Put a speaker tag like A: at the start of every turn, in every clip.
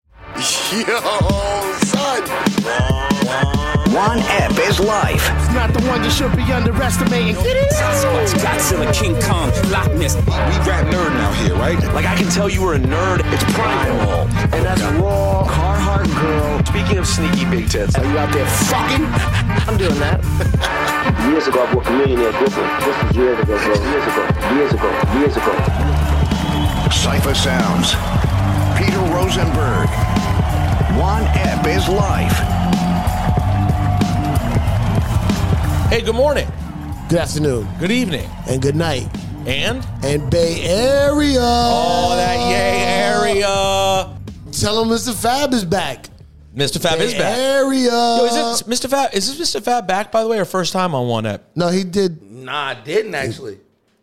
A: Yo, son.
B: One app is life.
C: It's not the one you should be underestimating.
D: Godzilla, King Kong, Loch Ness.
E: We rap nerd now here, right?
F: Like I can tell you were a nerd. It's primal, and that's raw. Carhartt girl. Speaking of sneaky big tits,
C: Are you out there fucking? I'm doing that.
G: Years ago, I bought Chameleon in Brooklyn. This was years ago, bro. Years ago. Years ago. Years ago.
B: Cypher Sounds. Peter Rosenberg. One app is life.
H: Hey, good morning,
C: Good afternoon
H: good evening,
C: and good night.
H: and
C: And Bay Area.
H: all that yay
C: uh,
H: area.
C: Tell them Mr. Fab is back.
H: Mr. Fab is
C: Bay
H: back.
C: Area.
H: Yo, is
C: uh,
H: it Mr. Fab? Is this Mr. Fab back by the way, or first time on one app?
C: no, he did.
I: Nah, I didn't actually.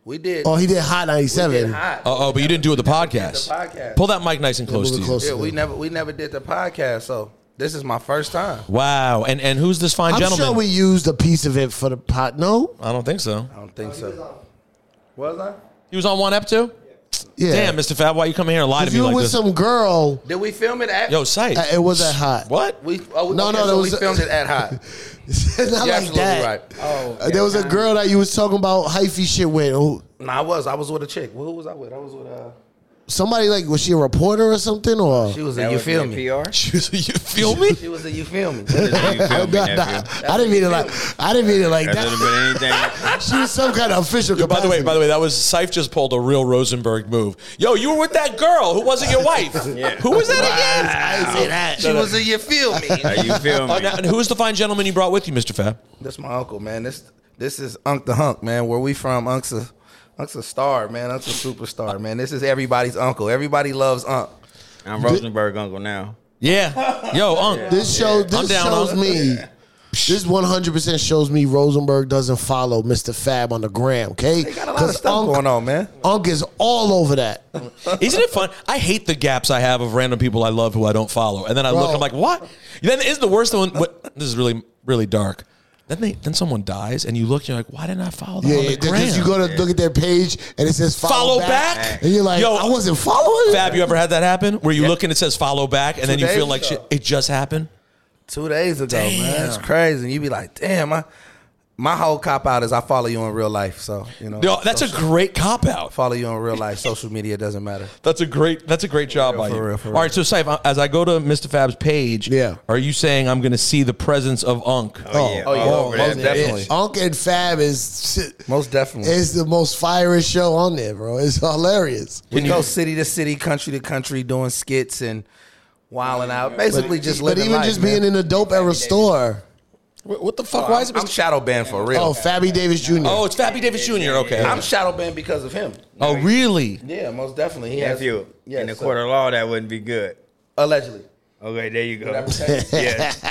I: We did.
C: Oh, he did Hot
I: we
C: 97.
I: did hot.
H: Oh, oh, but you didn't do it with the podcast.
I: The podcast.
H: Pull that mic nice and close
C: we're
H: to you.
C: close.
I: Yeah, we never we never did the podcast, so this is my first time.
H: Wow. And and who's this fine
C: I'm
H: gentleman?
C: sure we used a piece of it for the pot. No?
H: I don't think so.
I: I don't think so. Was I?
H: He was on one app too.
C: Yeah.
H: Damn, Mr. Fab, why you coming here and lie to
C: If
H: me
C: you were
H: like
C: with
H: this?
C: some girl,
I: Did we film it at?
H: Yo, sight.
C: uh, it wasn't hot.
H: what?
I: we oh,
C: No, no,
I: no, no,
C: that
I: so we
C: was-
I: filmed it at hot.
C: Not
I: You're
C: like
I: absolutely
C: that.
I: right. Oh,
C: Uh, There was a girl that you was talking about hyphy shit with. Who,
I: nah, I was I was with a chick. Who was I with? I was with uh.
C: somebody like was she a reporter or something or?
I: She was a you feel me.
G: PR?
H: you feel me?
I: She was a you feel me.
E: feel me,
C: Nah, nah, I didn't mean it like I didn't mean it like
E: That
C: that.
E: would have been anything.
C: She was some kind of official.
H: By the way, by the way, that was Seif just pulled a real Rosenberg move. Yo, you were with that girl who wasn't your wife. Who was that
C: I didn't say that.
I: She was a you feel me.
E: How you feel
H: again?
E: me?
H: Now, and who's the fine gentleman you brought with you, Mr. Fab?
I: That's my uncle, man. This this is Unc the Hunk, man. Where we from, Unc's a Unc's a star, man. Unc's a superstar, man. This is everybody's uncle. Everybody loves Unc.
E: I'm Rosenberg uncle now.
H: Yeah. Yo, Unc.
C: This show
H: I'm
C: this
H: down
C: shows
H: on-
C: me. This 100% shows me Rosenberg doesn't follow Mr. Fab on the gram, okay?
I: They got a lot of stuff going on, man.
C: Unk is all over that.
H: Isn't it fun? I hate the gaps I have of random people I love who I don't follow, and then I look,
C: Bro.
H: I'm like, what? Then is the worst one? What? This is really really dark. Then they then someone dies, and you look, you're like, why didn't I follow them
C: Yeah,
H: on the gram?
C: because you go to look at their page and it says follow,
H: Follow back?
C: and you're like,
H: Yo,
C: I wasn't following.
H: Fab, you ever had that happen? Where you look and it says follow back, and then you
I: days
H: feel like
I: ago.
H: shit, it just happened?
I: Two days ago, man. That's crazy. And you be like, damn, I, my whole cop out is I follow you in real life. So, you know,
H: Yo, that's a great cop out.
I: follow you in real life. Social media doesn't matter.
H: That's a great. That's a great job by
I: for
H: you.
I: real, for
H: All right, so Saif, uh, as I go to Mr. Fab's page,
C: Yeah.
H: are you saying I'm going to see the presence of Unc?
E: Oh, yeah.
I: Oh, yeah.
E: All over
I: Most
E: that
I: definitely.
E: bitch.
C: Unk and Fab is
I: Most definitely.
C: is the most fiery show on there, bro. It's hilarious.
I: we go city to city, country to country, doing skits and wilding out. Basically, just
C: But
I: living
C: even
I: life,
C: just
I: man. Oh,
C: being in a dope era store.
H: What what the fuck? Why is it?
I: I'm
H: Mr.
I: shadow banned for real.
C: Oh, Fabby Davis Jr.
H: Oh, it's Fappy Davis Jr. Okay.
I: I'm shadow banned because of him.
H: oh, really?
I: Yeah, most definitely. He has
E: Nephew,
I: Yes,
E: in the
I: sir.
E: court of law, that wouldn't be good.
I: allegedly.
E: Okay, there you go.
I: Did I protect you?
E: Yes.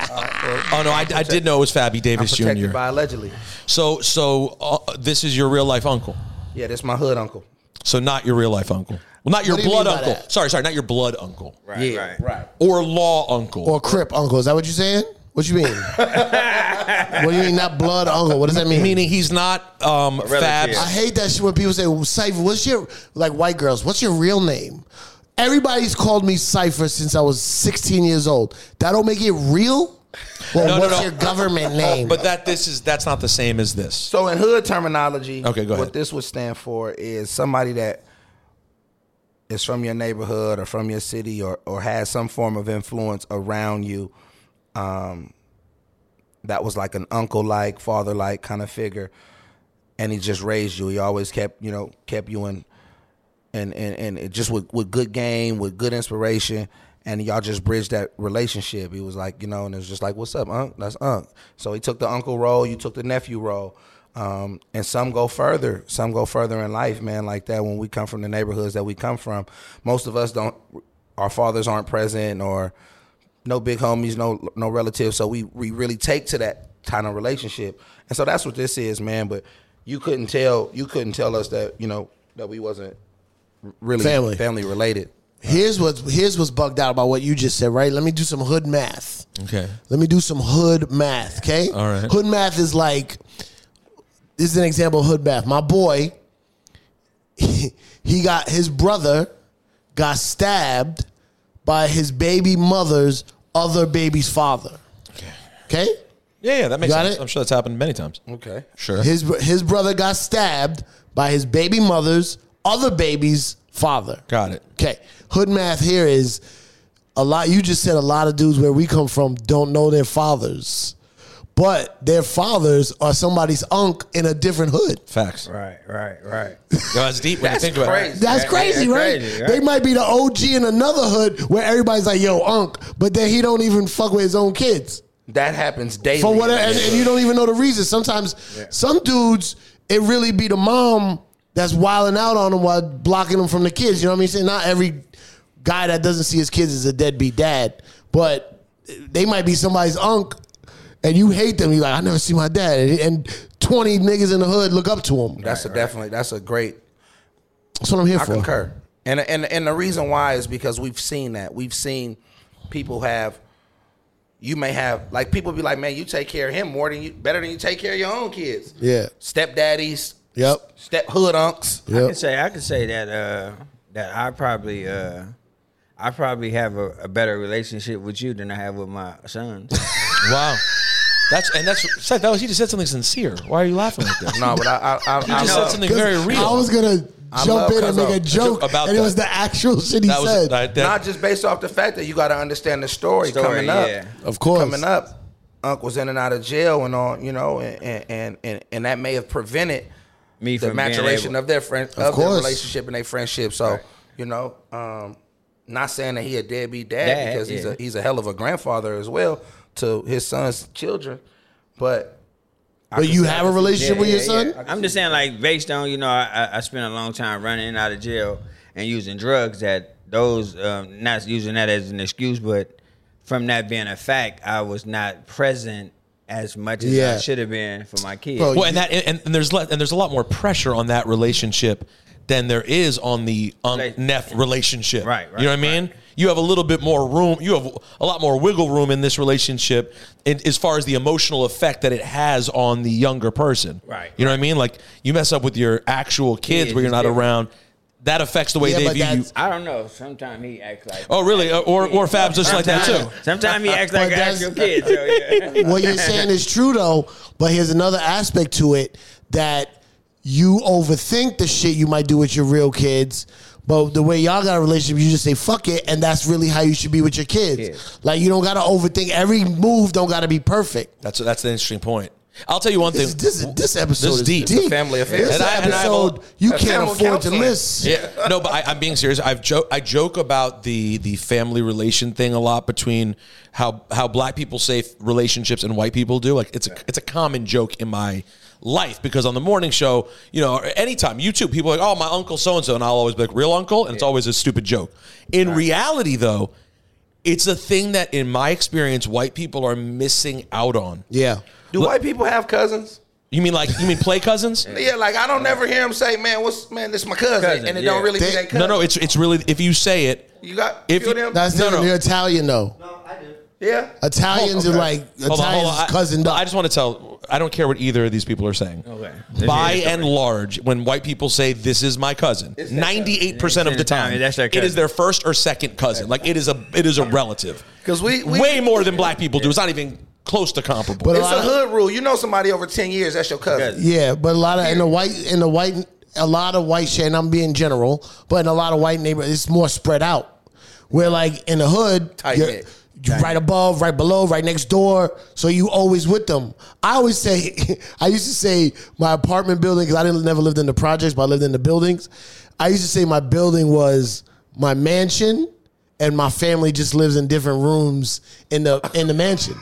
H: Oh no, I, I did know it was Fappy
I: I'm
H: Davis
I: protected
H: Jr.
I: by allegedly.
H: So so uh, this is your real life uncle.
I: Yeah, that's my hood uncle.
H: So not your real life uncle. Well, not your
C: What do you
H: blood
C: mean by
H: uncle.
C: that?
H: Sorry, sorry, not your blood uncle
E: Right,
I: yeah,
E: right.
H: or law uncle.
C: Or Crip Uncle. Is that what you saying? What you mean? what do you mean not blood uncle? What does that mean?
H: Meaning he's not um,
E: relative.
H: Fab's
C: I hate that shit when people say, well, Cypher, what's your like white girls, what's your real name? Everybody's called me Cypher since I was 16 years old. That don't make it real?
H: No,
C: Well,
H: no,
C: what's
H: no.
C: your government name?
H: But that this is that's not the same as this.
I: So in hood terminology,
H: Okay, go ahead.
I: what this would stand for is somebody that is from your neighborhood or from your city or or has some form of influence around you. Um that was like an uncle like, father like kind of figure. And he just raised you. He always kept, you know, kept you in and and and it just with with good game, with good inspiration, and y'all just bridged that relationship. He was like, you know, and it was just like, "What's up, Unc? That's Unc." So he took the uncle role, you took the nephew role, um, and some go further. Some go further in life, man. Like that when we come from the neighborhoods that we come from, most of us don't. Our fathers aren't present, or no big homies, no no relatives. So we we really take to that kind of relationship, and so that's what this is, man. But you couldn't tell you couldn't tell us that you know that we wasn't really
C: Family.
I: family, related.
C: here's what here's what's bugged out about what you just said, right? Let me do some hood math.
H: Okay.
C: Let me do some hood math, okay?
H: All right.
C: Hood math is like this is an example of hood math. My boy, he, he got his brother got stabbed by his baby mother's other baby's father. Okay?
H: Yeah, yeah, that makes
C: Got
H: sense.
C: it?
H: I'm sure that's happened many times.
J: Okay.
H: Sure.
C: His his brother got stabbed by his baby mother's other baby's father.
H: Got it.
C: Okay. Hood math here is a lot. You just said a lot of dudes where we come from don't know their fathers, but their fathers are somebody's unk in a different hood.
H: Facts.
E: Right, right, right.
H: Yo, that's deep when you think about it.
E: crazy.
C: That's
E: Yeah,
C: crazy,
E: yeah,
C: right?
E: crazy, right.
C: They might be the OG in another hood where everybody's like, "Yo, unk," but then he don't even fuck with his own kids
J: That happens daily.
C: for whatever, and, and you don't even know the reason. Sometimes some dudes, it really be the mom that's wilding out on them while blocking them from the kids. You know what I mean? Saying not every guy that doesn't see his kids is a deadbeat dad, but they might be somebody's unk, and you hate them. You like, I never see my dad, and, and twenty niggas in the hood look up to him.
J: That's a definitely. That's a great.
C: That's what I'm here
J: I
C: for.
J: concur. And and and the reason why is because we've seen that. We've seen people have. You may have like people be like, man, you take care of him more than you better than you take care of your own kids.
C: Yeah.
J: Stepdaddies.
C: Yep.
J: Step hood unks.
E: I can
C: Yep.
E: say I can say that uh, that I probably uh, I probably have a, a better relationship with you than I have with my sons.
H: Wow. That's and that's Seth, that was, he just said something sincere. Why are you laughing like that?
J: No, but I I I, I
H: He just said
J: love,
H: something very real.
C: I was gonna
J: I
C: jump
J: love
C: in and
J: Cuzzo.
C: make a
J: A
C: joke,
H: joke about
C: and it
H: that.
C: was the actual shit he
H: that was
C: said.
H: that- that-
J: not just based off the fact that you got to understand the story,
E: Story,
J: coming up.
E: yeah.
C: Of course.
J: coming up, Unc was in and out of jail and all, you know, and and and, and that may have prevented
E: Me
J: the
E: from being
J: maturation
E: able-
J: of their friend of, their
C: course.
J: relationship and their friendship. So you know, um, not saying that he a deadbeat dad,
E: Dad,
J: because he's
E: yeah.
J: a he's a hell of a grandfather as well to his son's children, but.
C: but Oh, you have a relationship with your son?
E: I'm just saying, like, based on you know, I, I- I spent a long time running in and out of jail and using drugs. That those um, not using that as an excuse, but from that being a fact, I was not present as much as
C: Yeah.
E: I should have been for my kids.
C: Bro,
H: well, and that and, and there's le- and there's a lot more pressure on that relationship than there is on the
E: Rela-
H: unc neff relationship.
E: Right, right,
H: You know what I mean? You have a little bit more room. You have a lot more wiggle room in this relationship, in, as far as the emotional effect that it has on the younger person.
E: Right,
H: You know what I mean? Like you mess up with your actual kids
E: Kids
H: where you're
E: is
H: not
E: different.
H: around. That affects the way
C: Yeah,
H: they
C: but
H: view you.
C: that's-
E: I don't know. Sometimes he acts like.
H: Oh, really? Or or, or Fab's just like that too.
E: Sometimes he acts like
C: But
E: an
C: that's-
E: actual kid. So yeah.
C: what you're saying is true though, but here's another aspect to it that you overthink the shit you might do with your real kids. But the way y'all got a relationship, you just say fuck it, and that's really how you should be with your kids.
E: Kids.
C: Like you don't gotta overthink every move. Don't gotta be perfect.
H: That's that's an interesting point. I'll tell you one
C: This
H: thing.
C: this, this episode
H: This
C: is
H: is deep.
C: deep.
H: It's a
J: family affair.
C: This
H: And I- and I have a-
C: episode you
J: That's
C: can't
J: family
C: afford
J: counseling.
C: to miss.
H: Yeah, no, but I, I'm being serious. I've joke I joke about the the family relation thing a lot between how how black people say f- relationships and white people do. Like it's a it's a common joke in my life because on the morning show, you know, or anytime you too, people are like, oh, my uncle so and so, and I'll always be like, real uncle, and it's always a stupid joke. In reality, though, it's a thing that in my experience, white people are missing out on.
C: Yeah.
J: Do white people have cousins?
H: You mean like you mean play cousins?
J: Yeah, like I don't never hear him say, "Man, what's man? This my cousin,",
E: Uh, Cousin,
J: and it
E: yeah.
J: don't really be
C: They-
J: that cousin.
H: No, no, it's it's really if you say it.
J: you got
H: if
J: if
H: you-
J: you, them?
C: That's
H: No,
C: different.
H: no.
C: You're Italian though.
J: yeah,
C: Italians
J: Oh, okay.
C: are like
H: Hold on,
C: Italians
H: hold on. I-
C: cousin
H: I just want to tell. I don't care what either of these people are saying.
E: Okay.
H: By
E: It's- it's
H: and large, when white people say "this is my cousin," ninety-eight percent of the time,
E: That's their
H: it is
E: cousin.
H: their first or second cousin. Like it is a it is a relative.
J: 'Cause we- we-
H: way more than black people do. It's not even close to comparable.
C: But a
J: it's
C: lot
J: a
C: of-
J: hood rule. You know somebody over ten years, that's your cousin.
E: Cousin.
C: Yeah, but a lot of in the white in the white a lot of white shit, and I'm being general, but in a lot of white neighborhoods, it's more spread out. Where like in the hood,
J: Tight
C: you're-
J: knit.
C: you're right above, right below, right next door, so you always with them. I always say, I used to say my apartment building because I didn't never lived in the projects, but I lived in the buildings. I used to say my building was my mansion. And my family just lives in different rooms in the in the mansion.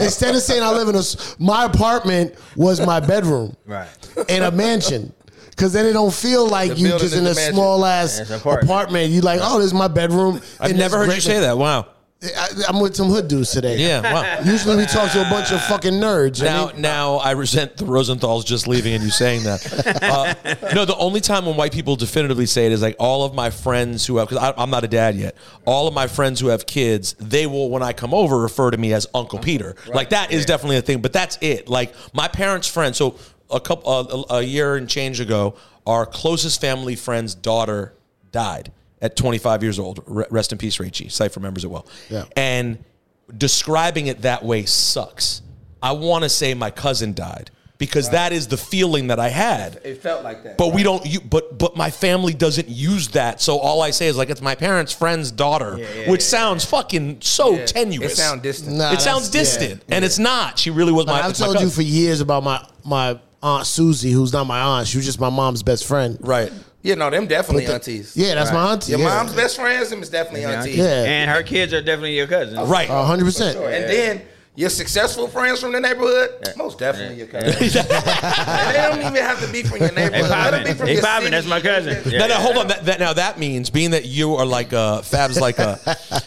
C: Instead of saying I live in a, s- my apartment was my bedroom
E: Right.
C: in a mansion. Cause then it don't feel like
J: The
C: you
J: building
C: just
J: is
C: in
J: the
C: a
J: mansion.
C: small ass
E: It's an
C: apartment.
E: apartment.
C: You like, oh, this is my bedroom.
H: I've
C: And
H: never heard
C: this
H: you
C: great-
H: say that. Wow.
C: I, am with some hood dudes today.
H: Yeah. Wow.
C: Usually we talk to a bunch of fucking nerds. I
H: Now,
C: mean,
H: now I resent the Rosenthal's just leaving and you saying that. Uh, no, the only time when white people definitively say it is like all of my friends who have because I'm not a dad yet. All of my friends who have kids, they will when I come over refer to me as Uncle Peter. Like that is definitely a thing, but that's it. Like my parents' friends. So a couple a, a year and change ago, our closest family friend's daughter died. at 25 years old. Re- Rest in peace, Ray G. Cypher remembers it well.
C: Yeah.
H: And describing it that way sucks. I want to say my cousin died because that is the feeling that I had.
E: It felt like that.
H: But we don't. You, but but my family doesn't use that. So all I say is like it's my parents' friend's daughter, which sounds fucking so
I: It
H: tenuous.
I: sound distant.
C: Nah,
H: it sounds
C: that's- yeah.
H: distant, and it's not. She really was
C: Like,
H: my.
C: I've
H: it's my
C: told you
H: cousin.
C: for years about my my aunt Susie, who's not my aunt. She was just my mom's best friend.
H: right.
I: Yeah, no, them definitely aunties.
C: Yeah, that's my auntie.
I: Your
C: yeah.
I: mom's best friends, them is definitely aunties.
C: Yeah.
E: And her kids are definitely your cousins.
H: Right.
C: A hundred percent.
I: And then your successful friends from the neighborhood, most definitely your cousins. and they don't even have to be from your
E: Hey,
I: neighborhood. Let them be
E: Poppin.
I: from
E: Hey,
I: your
E: Poppin.
I: city.
E: That's my cousin. Yeah.
H: now, now, hold on. That, that, now that means being that you are like a Fab's like a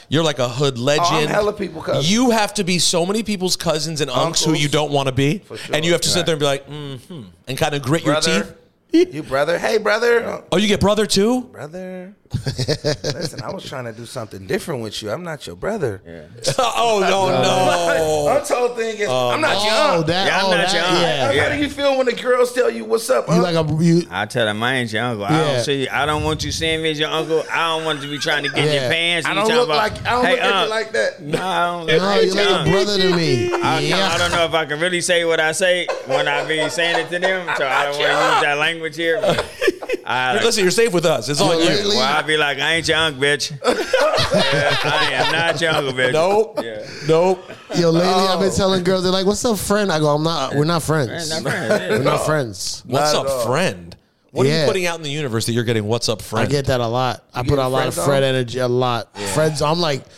H: you're like a hood legend.
I: Oh, hella people cousin.
H: You have to be so many people's cousins and unks who
I: Uncles.
H: you don't want to be,
I: sure.
H: and you have to sit there and be like, mm-hmm, and kind of grit your teeth.
I: Brother. You brother. Hey, brother. Uh,
H: Oh, you get brother too?
I: brother. Listen, I was trying to do something different with you. I'm not your brother. Oh.
H: oh no, no.
I: Untold thing is, I'm not your
C: Oh,
I: aunt.
C: that.
E: Yeah, I'm
C: oh,
E: not
C: that,
E: your aunt.
C: Yeah.
I: How do you feel when the girls tell you what's up?
C: You
I: huh?
C: like a you.
E: I tell them I ain't your uncle. I
C: Yeah.
E: don't see. I don't want you seeing me as your uncle. I don't want to be trying to get in
C: Yeah.
E: your pants.
I: I
E: and you
I: don't
E: talking
I: look
E: about,
I: like I don't
E: "Hey,
I: look at
E: unc."
I: you like that.
E: No, I don't look
C: No,
E: like
C: you're like a
E: unc.
C: brother to me.
E: I, kinda- I
C: Yeah.
E: don't know if I can really say what I say when I be saying it to them, so I don't want to use that language here. but I,
H: Listen, you're safe with us. It's all
C: Yo,
H: you.
C: lately-
E: well, I be like, I ain't your uncle, bitch. Yeah, I am not your uncle, bitch.
H: Nope.
E: Yeah.
H: Nope.
C: Yo, lately I've been telling girls they're like, "What's up, friend?" I go, "I'm not. We're not friends.
E: Oh. not
C: we're
E: friends.
C: not friends."
H: What's
I: Not at
H: up,
I: all.
H: friend? What are you
C: Yeah.
H: putting out in the universe that you're getting? What's up, friend?
C: I get that a lot. I put
I: get
C: out a lot of
I: friend
C: friend
I: zone?
C: energy. A lot. Friends. I'm like,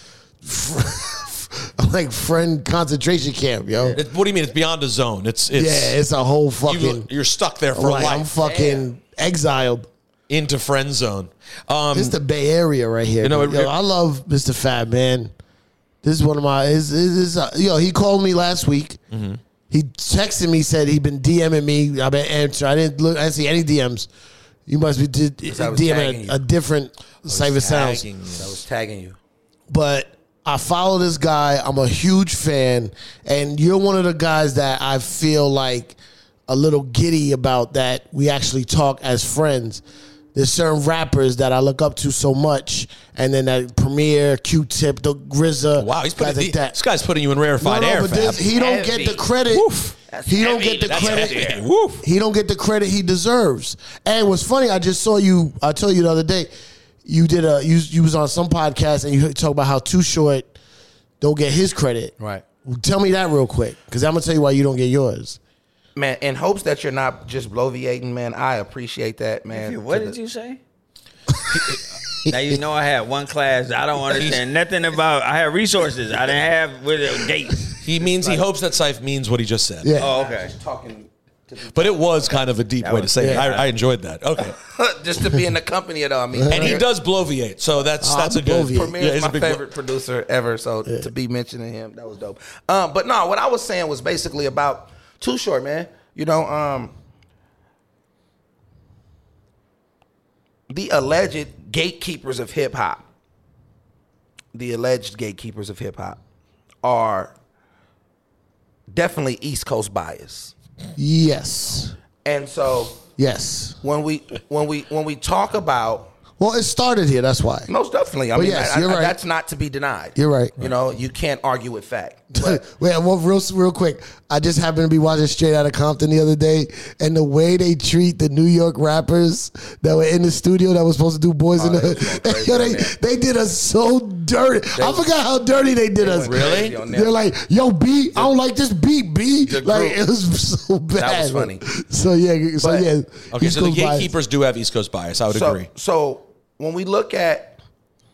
C: I'm like friend concentration camp, yo. Yeah,
H: It- what do you mean? It's beyond a zone. It's it's
C: it's a whole fucking.
H: you, are stuck there
C: I'm
H: for
C: like, I'm
H: life
C: fucking exiled.
H: into friend zone. Um,
C: This is the Bay Area right here.
H: You know,
C: dude.
H: it-
C: yo, I love Mr. Fab man. This is one of my. Is is uh, yo? He called me last week.
H: Mm-hmm.
C: He texted me said he'd been DMing me. I've been answering. I didn't look. I didn't see any DMs. You must be did,
I: I was tagging
C: DMing
I: you.
C: a, a different Cypher Sounds.
H: tagging
I: I
H: you.
I: was tagging you.
C: but I follow this guy. I'm a huge fan, and you're one of the guys that I feel like a little giddy about that we actually talk as friends. There's certain rappers that I look up to so much, and then that Premier, Q-Tip, the RZA,
H: Wow, he's
C: guys
H: putting
C: like that.
H: this guy's putting you in rarefied air.
C: but
H: Fab.
C: this- he don't get the credit.
H: Woof.
C: He don't get the
H: That's
C: credit.
H: heavy. Woof.
C: He don't get the credit he deserves. And what's funny, I just saw you. I told you the other day, you did a you you was on some podcast and you talk about how Too Short don't get his credit.
I: Right.
C: Tell me that real quick, because I'm gonna tell you why you don't get yours.
I: Man, in hopes that you're not just bloviating, man, I appreciate that, man.
E: What did you say? now you know I had one class. I don't understand nothing about. I had resources. I didn't have with a date.
H: He means he hopes that Sife means what he just said.
C: Yeah.
E: Oh, okay.
I: talking?
H: But it was kind of a deep way to
E: was-
H: say it.
E: yeah.
H: I, I enjoyed that. Okay.
I: just to be in the company at all. I mean,
H: And he does bloviate, so that's
C: Oh,
H: that's a
C: I'm
H: good.
C: bloviate.
I: Premier
H: he's
I: is
H: a
I: my
H: big blo-
I: favorite producer ever, so to be mentioning him, that was dope. Um, but no, what I was saying was basically about Too Short, man. You know, um, the alleged gatekeepers of hip hop, the alleged gatekeepers of hip hop, are definitely East Coast bias,
C: Yes.
I: and so
C: Yes.
I: when we when we when we talk about
C: Well, it started here. That's why.
I: Most definitely. I
C: Well,
I: mean,
C: yes,
I: I- I-
C: you're right.
I: that's not to be denied.
C: You're right.
I: You know, you can't argue with fact. But
C: Wait, well, real, real quick. I just happened to be watching Straight Outta Compton the other day, and the way they treat the New York rappers that were in the studio that was supposed to do Boys in the
I: Oh, they
C: Hood,
I: was going crazy
C: yo,
I: on
C: they,
I: that.
C: they did us so dirty. I forgot how dirty they did us.
I: went Really? crazy on that.
C: They're like, yo, B, I don't like this beat, B.
I: the
C: Like
I: group-
C: it was so bad.
I: That was funny.
C: So yeah, so
I: But-
C: yeah.
H: Okay,
C: East
H: so the
C: Coast bias.
H: gatekeepers do have East Coast bias. I would
I: so,
H: agree.
I: so when we look at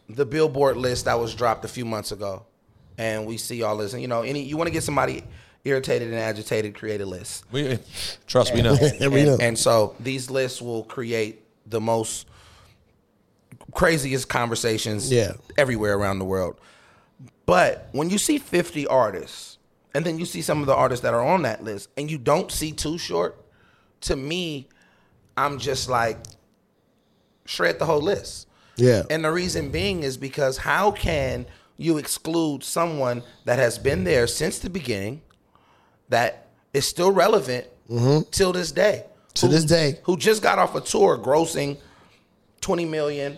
I: the Billboard list that was dropped a few months ago, and we see all this, and you know, any you want to get somebody irritated and agitated, create a list.
H: We trust we know.
C: Yeah, we know.
I: and, and so these lists will create the most craziest conversations
C: Yeah.
I: everywhere around the world. But when you see 50 artists, and then you see some of the artists that are on that list, and you don't see Too Short, to me, I'm just like, shred the whole list.
C: yeah.
I: And the reason being is because how can you exclude someone that has been there since the beginning, that is still relevant till this day?
C: Mm-hmm. To this day.
I: who just got off a tour grossing 20 million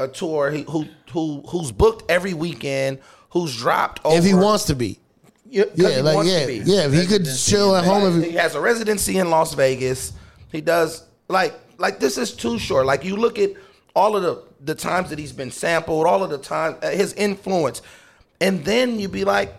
I: a tour he, who who who's booked every weekend, who's dropped over.
C: if he wants to be.
I: yeah, 'cause
C: Yeah,
I: he
C: like
I: wants
C: yeah,
I: to be.
C: yeah. If he could chill at home, if
I: he
C: he,
I: has a residency in Las Vegas. He does like like this is too short. Like you look at all of the the times that he's been sampled, all of the time uh, his influence, and then you be like,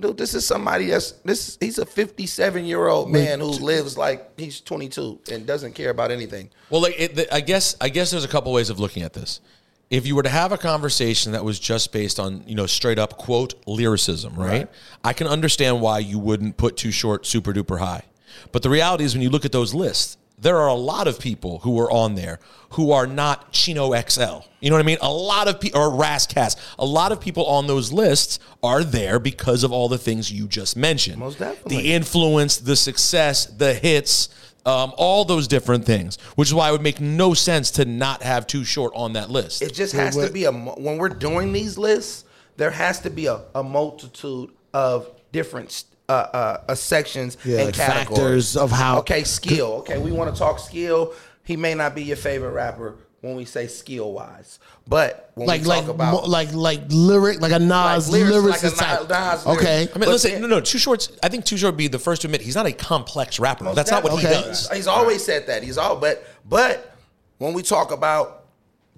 I: dude, this is somebody that's this. He's a fifty seven year old man who lives like he's twenty two and doesn't care about anything.
H: Well, like it, the, I guess I guess there's a couple ways of looking at this. If you were to have a conversation that was just based on you know straight up quote lyricism, right? I can understand why you wouldn't put too short super duper high. But the reality is, when you look at those lists, there are a lot of people who are on there who are not Chino XL. You know what I mean? A lot of people, or Rascast, a lot of people on those lists are there because of all the things you just mentioned.
I: Most definitely.
H: The influence, the success, the hits, um, all those different things, which is why it would make no sense to not have Too Short on that list.
I: It just has to be a mo- when we're doing these lists, there has to be a, a multitude of different s- uh, uh, uh, sections and
C: like
I: categories
C: factors of how-
I: Okay, skill. Okay, we want to talk skill. He may not be your favorite rapper when we say skill wise, but when
C: like
I: we
C: like
I: talk about
C: mo- like like lyric, like a Nas
I: lyrics, like
C: lyricist
I: a
C: type.
I: Nas- Nas
C: okay,
I: lyric.
H: I mean,
I: But
H: listen,
I: then-
H: no, no, Too Short's, I think Too Short would be the first to admit he's not a complex rapper. That's not what he
C: Okay.
H: does.
I: He's always said that. He's all but but when we talk about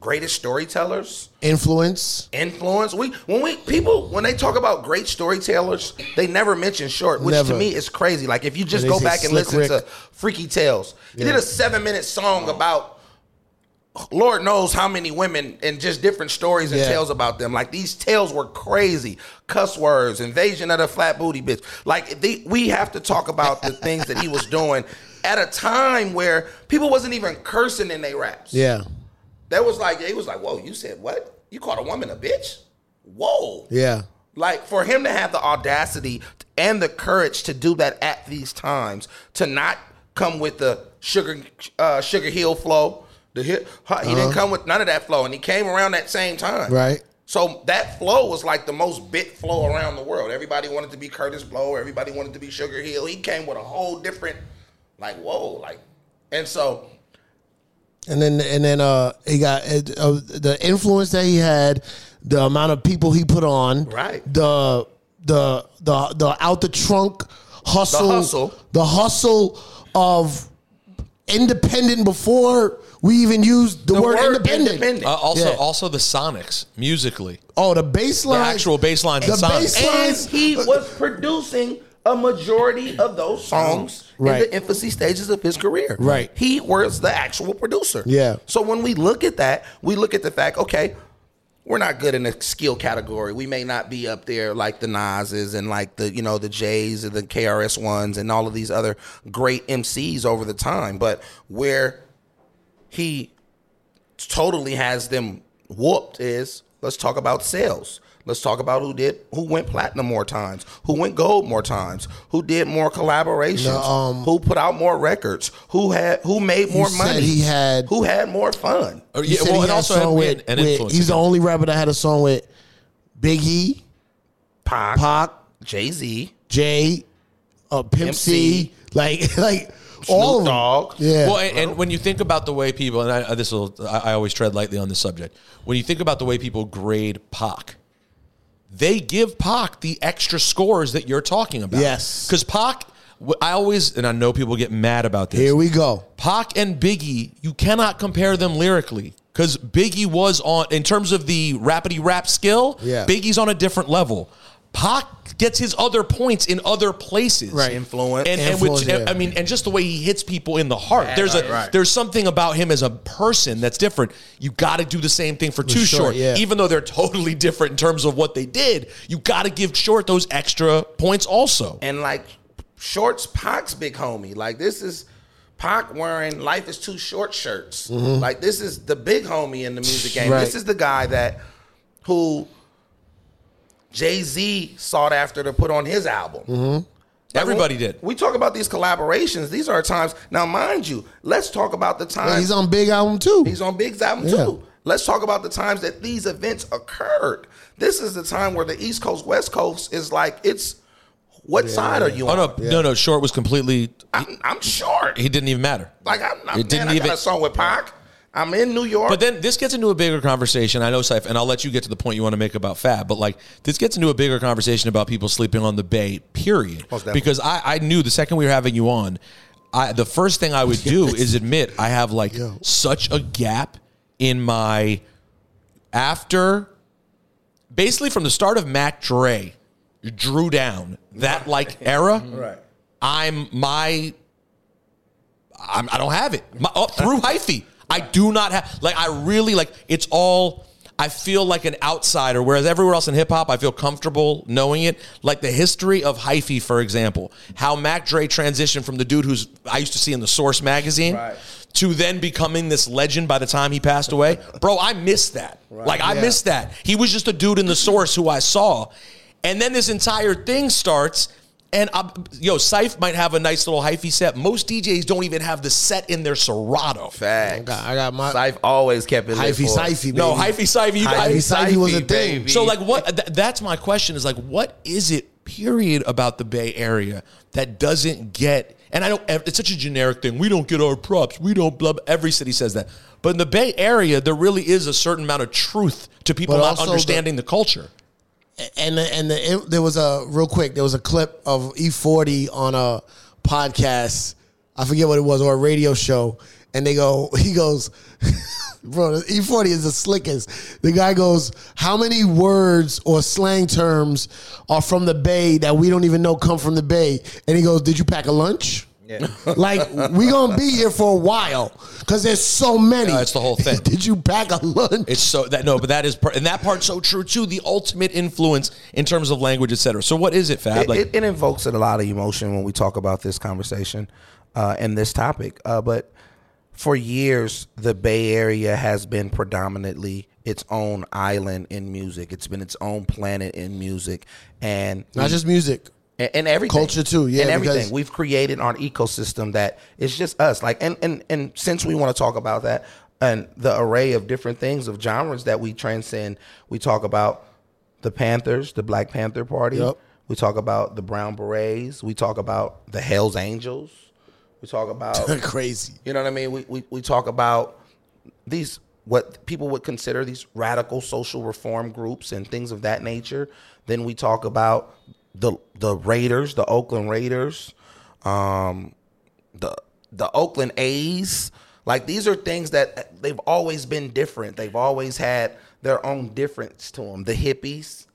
I: greatest storytellers,
C: influence.
I: influence. We when we people when they talk about great storytellers, they never mention short, which
C: Never.
I: to me is crazy. Like if you just
C: Yeah, they
I: go
C: say
I: back and
C: Slick
I: listen
C: Rick.
I: to Freaky Tales, he did a seven minute song about Lord knows how many women and just different stories and
C: Yeah.
I: tales about them. Like these tales were crazy. Cuss words, invasion of the flat booty bitch. Like they, we have to talk about the things that he was doing at a time where people wasn't even cursing in their raps.
C: Yeah,
I: That was like it was like, whoa, you said what? You called a woman a bitch? Whoa.
C: yeah.
I: Like for him to have the audacity and the courage to do that at these times, to not come with the sugar uh, sugar hill flow. The hi- he didn't come with none of that flow, and he came around that same time.
C: Uh-huh. Right.
I: So that flow was like the most bit flow around the world. Everybody wanted to be Curtis Blow. Everybody wanted to be Sugar Hill. He came with a whole different, like whoa, like, and so
C: And then and then uh, he got uh, uh, the influence that he had, the amount of people he put on,
I: Right.
C: The the the the out the trunk hustle,
I: hustle.
C: the hustle of independent before we even used the,
I: the
C: word, independent.
H: Uh, also,
C: Yeah.
H: also the Sonics musically,
C: Oh, the
H: the
C: baseline,
H: actual bass lines
C: the
H: and Sonics.
C: bass-
I: and
C: Songs-
I: he was producing a majority of those songs in
C: Right.
I: the infancy stages of his career.
C: Right.
I: He was the actual producer.
C: Yeah.
I: So when we look at that, we look at the fact, okay, we're not good in the skill category. We may not be up there like the Nas's and like the, you know, the J's and the KRS ones and all of these other great MCs over the time, but where he totally has them whooped is let's talk about sales. Let's talk about who did who went platinum more times, who went gold more times, who did more collaborations, who put out more records, who had who made more
C: said
I: money,
C: um, he had-
I: who had more fun.
H: Oh,
C: He
H: yeah, well,
C: said he
H: and
C: had a
H: also had
C: song
H: with,
C: with,
H: an
C: with-
H: influence.
C: He's the only rapper that had a song with Big E,
I: Pac,
C: Pac,
I: Jay Z,
C: Jay, uh, Pimp
I: MC.
C: C, like like all of them.
I: Dog.
C: Yeah,
H: Well, and, and when you think about the way people, and I, I- this will, I, I always tread lightly on this subject. When you think about the way people grade Pac, they give Pac the extra scores that you're talking about.
C: Yes.
H: because Pac, wh- I always, and I know people get mad about this.
C: here we go.
H: Pac and Biggie, you cannot compare them lyrically because Biggie was on in terms of the rapidy rap skill.
C: Yeah.
H: Biggie's on a different level. Pac gets his other points in other places.
C: Right.
I: Influence.
H: And, and
C: Influence,
H: which,
C: yeah.
H: I mean, and just the way he hits people in the heart. there's a there's something about him as a person that's different. You got to do the same thing for Too
C: Short,
H: Short,
C: yeah.
H: even though they're totally different in terms of what they did. You got to give Short those extra points also.
I: and like shorts Pac's big homie. Like this is Pac wearing life is too short shirts. Like this is the big homie in the music game.
C: Mm-hmm. Right.
I: This is the guy that who Jay-Z sought after to put on his album.
C: Mm-hmm.
H: Everybody did.
I: We talk about these collaborations. These are times now, mind you, let's talk about the
C: Yeah,
I: times
C: he's on Big Album too.
I: He's on Big's album
C: Yeah.
I: too. Let's talk about the times that these events occurred. This is the time where the East Coast, West Coast is like it's what side are you
H: Oh
I: on?
H: no, no, no! Short was completely.
I: I'm, I'm short.
H: He didn't even matter.
I: Like I'm, I'm
H: It didn't
I: man, I
H: even-
I: got a song with Pac. I'm in New York.
H: But then this gets into a bigger conversation. I know, Saif, and I'll let you get to the point you want to make about Fab, but like this gets into a bigger conversation about people sleeping on the bay, period.
I: Most definitely.
H: Because I, I knew the second we were having you on, I, the first thing I would do is admit I have like
C: Yo.
H: such a gap in my after basically from the start of Mac Dre, Drew Down, that like era. Right. I'm my I'm, I don't have it My- oh, through hyphy. I do not have like I really like it's all. I feel like an outsider, whereas everywhere else in hip hop, I feel comfortable knowing it. Like the history of hyphy, for example, how Mac Dre transitioned from the dude who's I used to see in the Source magazine
I: Right.
H: to then becoming this legend by the time he passed away. Bro, I missed that. Like I
C: Yeah.
H: missed that. He was just a dude in the Source who I saw, and then this entire thing starts. And I, yo, Syph might have a nice little hyphy set. Most DJs don't even have the set in their Serato.
I: Facts.
H: Oh,
C: I got- I got my-
I: Syfe always kept it. lit
C: Hyphy,
I: for us.
C: syphy, baby.
H: No, hyphy Syph. You,
C: Hyphy
H: I-
C: Syphy was a
I: Syphy,
C: thing.
I: baby.
H: so like what? Th- that's my question. Is like what is it? Period about the Bay Area that doesn't get. And I don't. It's such a generic thing. We don't get our props. We don't. Blah. Every city says that. But in the Bay Area, there really is a certain amount of truth to people
C: But
H: not
C: also the-
H: understanding the, culture.
C: and the, and the, it, there was a real quick. There was a clip of E40 on a podcast. I forget what it was or a radio show, and they go. He goes, bro. E40 is the slickest. The guy goes, how many words or slang terms are from the Bay that we don't even know come from the Bay? And he goes, did you pack a lunch?
K: Yeah.
C: Like we gonna be here for a while because there's so many.
H: Yeah, it's the whole thing.
C: Did you pack a lunch?
H: It's so that no, but that is part, and that part's so true too. The ultimate influence in terms of language, et cetera. So what is it, Fab?
I: It,
H: like
I: it, it invokes a lot of emotion when we talk about this conversation uh, and this topic. Uh, but for years, the Bay Area has been predominantly its own island in music. It's been its own planet in music, and
C: Not just music.
I: and, and everything
C: Culture too, yeah,
I: and everything
C: because-
I: we've created our ecosystem that it's just us like and and and since we want to talk about that and the array of different things of genres that we transcend we talk about the panthers the black panther party
C: Yep.
I: we talk about the brown berets we talk about the hells angels we talk about
C: Crazy.
I: you know what I mean? We, we, we talk about these, what people would consider these radical social reform groups and things of that nature. Then we talk about the, the Raiders, the Oakland Raiders, um, the, the Oakland A's. Like these are things that they've always been different. They've always had their own difference to them. The hippies,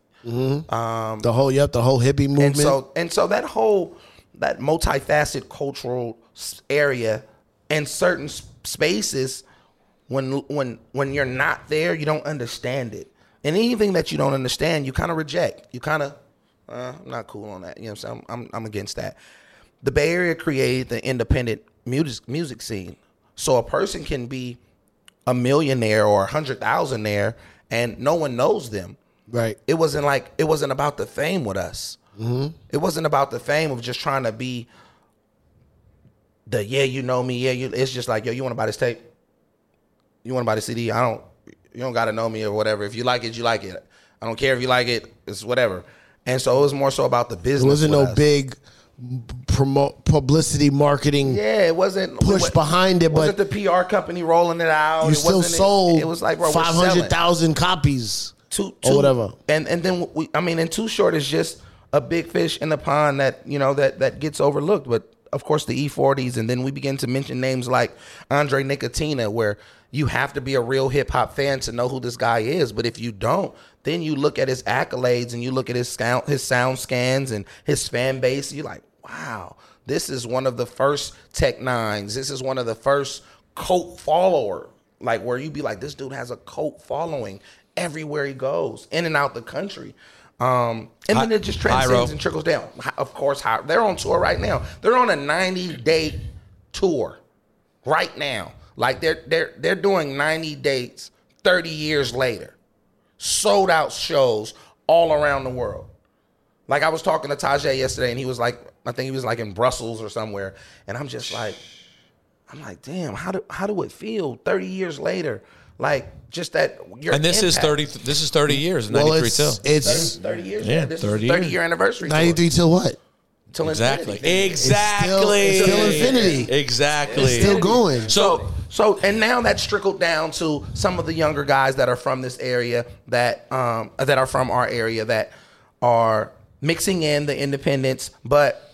C: The whole yep, the whole hippie movement.
I: and so and so that whole that multifaceted cultural s- area and certain s- spaces when when when you're not there you don't understand it and anything that you don't understand you kind of reject you kind of uh, i'm not cool on that you know what i'm saying i'm, I'm, I'm against that the bay area created the independent music music scene so a person can be a millionaire or a hundred thousandaire and no one knows them
C: right.
I: it wasn't like it wasn't about the fame with us.
C: Mm-hmm.
I: It wasn't about the fame of just trying to be the yeah you know me yeah you. It's just like yo you want to buy this tape, you want to buy the CD. I don't you don't gotta know me or whatever. If you like it, you like it. I don't care if you like it. It's whatever. And so it was more so about the business.
C: It wasn't
I: with
C: no
I: us.
C: big promote publicity marketing.
I: Yeah, it wasn't
C: push
I: wa-
C: behind it,
I: wasn't
C: but
I: the PR company rolling it out.
C: You
I: It
C: still
I: wasn't- it-
C: sold.
I: It, was like bro, we're
C: five
I: selling.
C: hundred thousand copies.
I: too,
C: Or whatever.
I: And and then we, I mean, and too short is just a big fish in the pond that you know that that gets overlooked. But of course, the E40s, and then we begin to mention names like Andre Nicotina, where you have to be a real hip hop fan to know who this guy is. But if you don't, then you look at his accolades and you look at his sound, his sound scans and his fan base. You're like, wow, this is one of the first Tech Nines. This is one of the first cult follower like where you be like this dude has a cult following everywhere he goes in and out the country um and then
H: Hi-
I: it just transcends
H: Hyro.
I: and trickles down Hi- of course Hy- they're on tour right now they're on a 90 day tour right now like they're they're they're doing 90 dates 30 years later sold out shows all around the world like I was talking to Tajay yesterday, and he was like, I think he was like in Brussels or somewhere, and I'm just like, I'm like, damn, how do how do it feel 30 years later? Like just that. Your
H: and this is
I: impact.
H: thirty. This is thirty years. in
C: Well,
H: Ninety three
C: it's
H: till.
C: it's
I: 30 years.
H: Yeah,
I: Yeah, this 30
H: 30
I: is 30
H: years.
I: year anniversary.
C: ninety three till what?
I: till
H: Exactly.
I: infinity.
H: Exactly.
C: It's still- it's still infinity.
H: Exactly.
C: Still going.
H: So
I: So and now that's trickled down to some of the younger guys that are from this area that um that are from our area that are mixing in the independents, but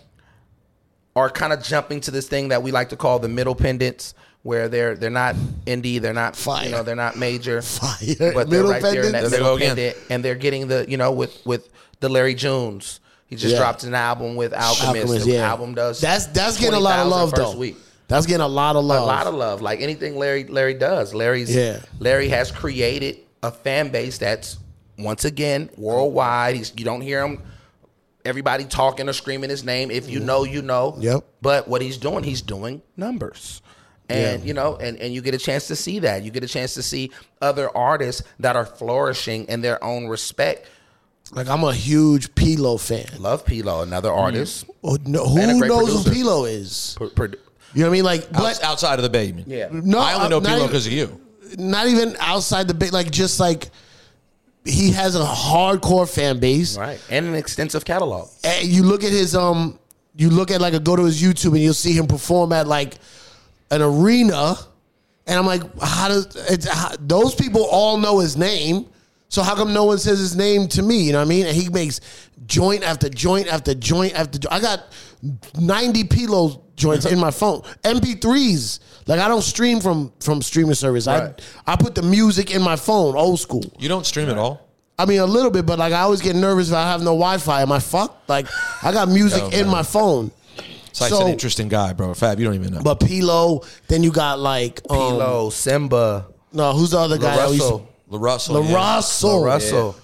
I: are kind of jumping to this thing that we like to call the middle pendants, where they're they're not indie, they're not you know,
C: Fire.
I: they're not major,
C: Fire.
I: but they're
C: Middle
I: right there
C: pendants.
I: in that
H: There they
I: middle
H: go again.
I: pendant, and they're getting the you know with with the Larry Jones. He just
C: Yeah.
I: dropped an album with Alchemist.
C: Alchemist,
I: the
C: yeah.
I: album does
C: That's that's getting a lot of
I: 20,000
C: love
I: first
C: though.
I: Week
C: That's getting a lot of love.
I: a lot of love. Like anything Larry Larry does, Larry's
C: Yeah.
I: Larry has created a fan base that's once again worldwide. He's, you don't hear him everybody talking or screaming his name. If you know, you know.
C: Yep.
I: But what he's doing, he's doing numbers. And
C: Yeah.
I: you know, and, and you get a chance to see that. You get a chance to see other artists that are flourishing in their own respect.
C: like I'm a huge Pilo fan.
I: Love Pilo, another artist.
C: Oh, no,
I: And a
C: who
I: great
C: knows
I: producer.
C: who Pilo is?
I: Pro- pro-
C: You know what I mean? Like,
H: Outs-
C: but
H: outside of the bay, you mean?
I: Yeah.
C: no,
H: I only know
C: not
H: Pilo
C: even-
H: because of you.
C: not even outside the big, like just like he has a hardcore fan base.
I: Right. And an extensive catalog.
C: And you look at his um, you look at like a go to his YouTube and you'll see him perform at like an arena, and I'm like, how does it's how, those people all know his name? So how come no one says his name to me? You know what I mean? And he makes joint after joint after joint after. joint. I got ninety Pilo joints in my phone, MP3s. Like I don't stream from from streaming service.
I: Right.
C: I I put the music in my phone, old school.
H: You don't stream at all.
C: I mean, a little bit, but like I always get nervous if I have no Wi-Fi. Am I fucked? Like I got music
H: Oh,
C: in
H: man.
C: my phone.
H: Syke's
C: So-
H: an interesting guy, bro. Fab, you don't even know.
C: But Pilo, then you got like um,
I: Pilo, Simba,
C: No, who's the other guy? that we used
I: LaRussell.
C: to-
H: La Russell.
C: La
H: yeah.
C: Russell.
I: Russell.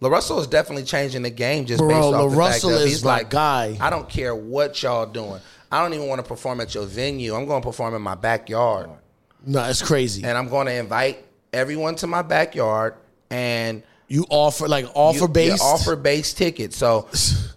I: La Russell is definitely changing the game just
C: Bro,
I: based off
C: La
I: the
C: Russell
I: fact that
C: is
I: he's
C: my
I: like,
C: guy.
I: I don't care what y'all doing. I don't even want to perform at your venue. I'm going to perform in my backyard,
C: No, it's crazy.
I: and I'm going to invite everyone to my backyard and
C: You offer like offer based.
I: offer based tickets. So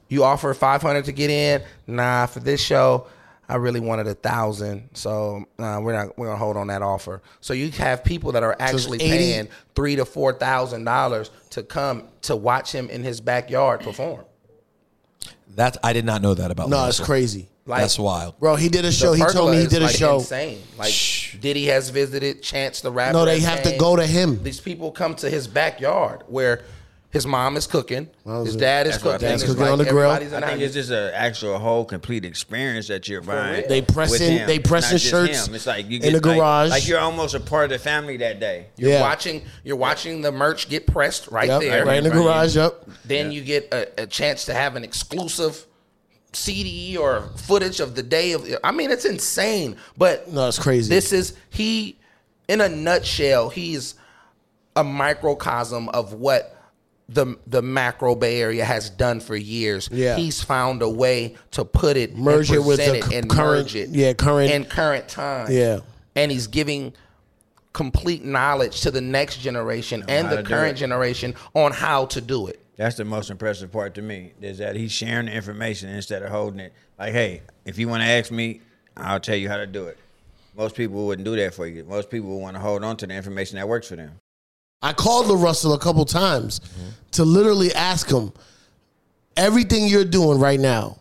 I: you offer 500 to get in. Nah, for this show. I really wanted a thousand, so nah, we're not we're gonna hold on that offer. So you have people that are actually
C: 80
I: paying three to four thousand dollars to come to watch him in his backyard perform.
H: That I did not know that about.
C: No,
H: La
C: it's
H: Russell.
C: crazy,
I: Like,
H: That's wild.
C: bro. He did a
I: the
C: show. He told
I: pergola
C: me he
I: is,
C: did a
I: like,
C: show.
I: Insane. Like
H: Shh.
I: Diddy has visited Chance the Rapper.
C: No, they
I: has
C: have to
I: came.
C: go to him.
I: These people come to his backyard where his mom is cooking, his
C: it.
I: dad is
E: That's what I
I: cooking,
E: think.
I: it's
E: Cooking
I: like
C: on the grill.
I: everybody's in
E: I think
I: there.
E: it's just an actual whole complete experience that you're buying.
I: real.
C: They press
E: with
C: in-
E: him,
C: they press
E: not
C: in
E: just
C: shirts
E: Him. It's like you
C: in
E: get
C: the
E: like-
C: garage.
E: Like, you're almost a part of the family that day.
I: You're
C: Yeah.
I: watching. You're watching the merch get pressed right
C: Yep,
I: there,
C: right in the
E: Right.
C: garage. Yep.
I: Then you get a, a chance to have an exclusive CD or footage of the day of. I mean, it's insane. But
C: No, it's crazy.
I: This is he, in a nutshell, he's a microcosm of what the the macro Bay Area has done for years.
C: Yeah.
I: he's found a way to put it, and
C: Merge it with the
I: present
C: c-
I: and
C: current-
I: merge it,
C: yeah, current-
I: and current time.
C: Yeah.
I: and he's giving complete knowledge to the next generation and
E: how
I: the
E: to do
I: current
E: it.
I: generation on how to do it.
E: That's the most impressive part to me is that he's sharing the information instead of holding it. Like, hey, if you want to ask me, I'll tell you how to do it. Most people wouldn't do that for you. Most people would want to hold on to the information that works for them.
C: I called La Russell a couple times to literally ask him everything you're doing right now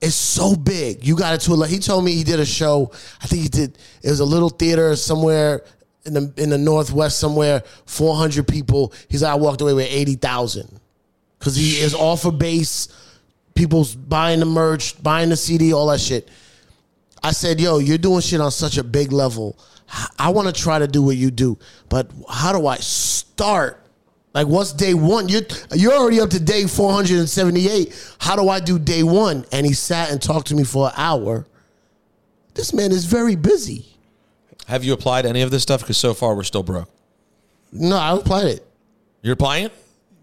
C: is so big. You got it to a. He told me he did a show. I think he did. It was a little theater somewhere in the in the northwest somewhere. Four hundred people. He's like, I walked away with eighty thousand because he is offer base. People's buying the merch, buying the CD, all that shit. I said, "Yo, you're doing shit on such a big level. H- I want to try to do what you do, but how do I start? Like, what's day one? You're you're already up to day 478. How do I do day one?" And he sat and talked to me for an hour. This man is very busy.
H: Have you applied any of this stuff? Because so far we're still broke.
C: No, I applied it.
H: You're applying? it?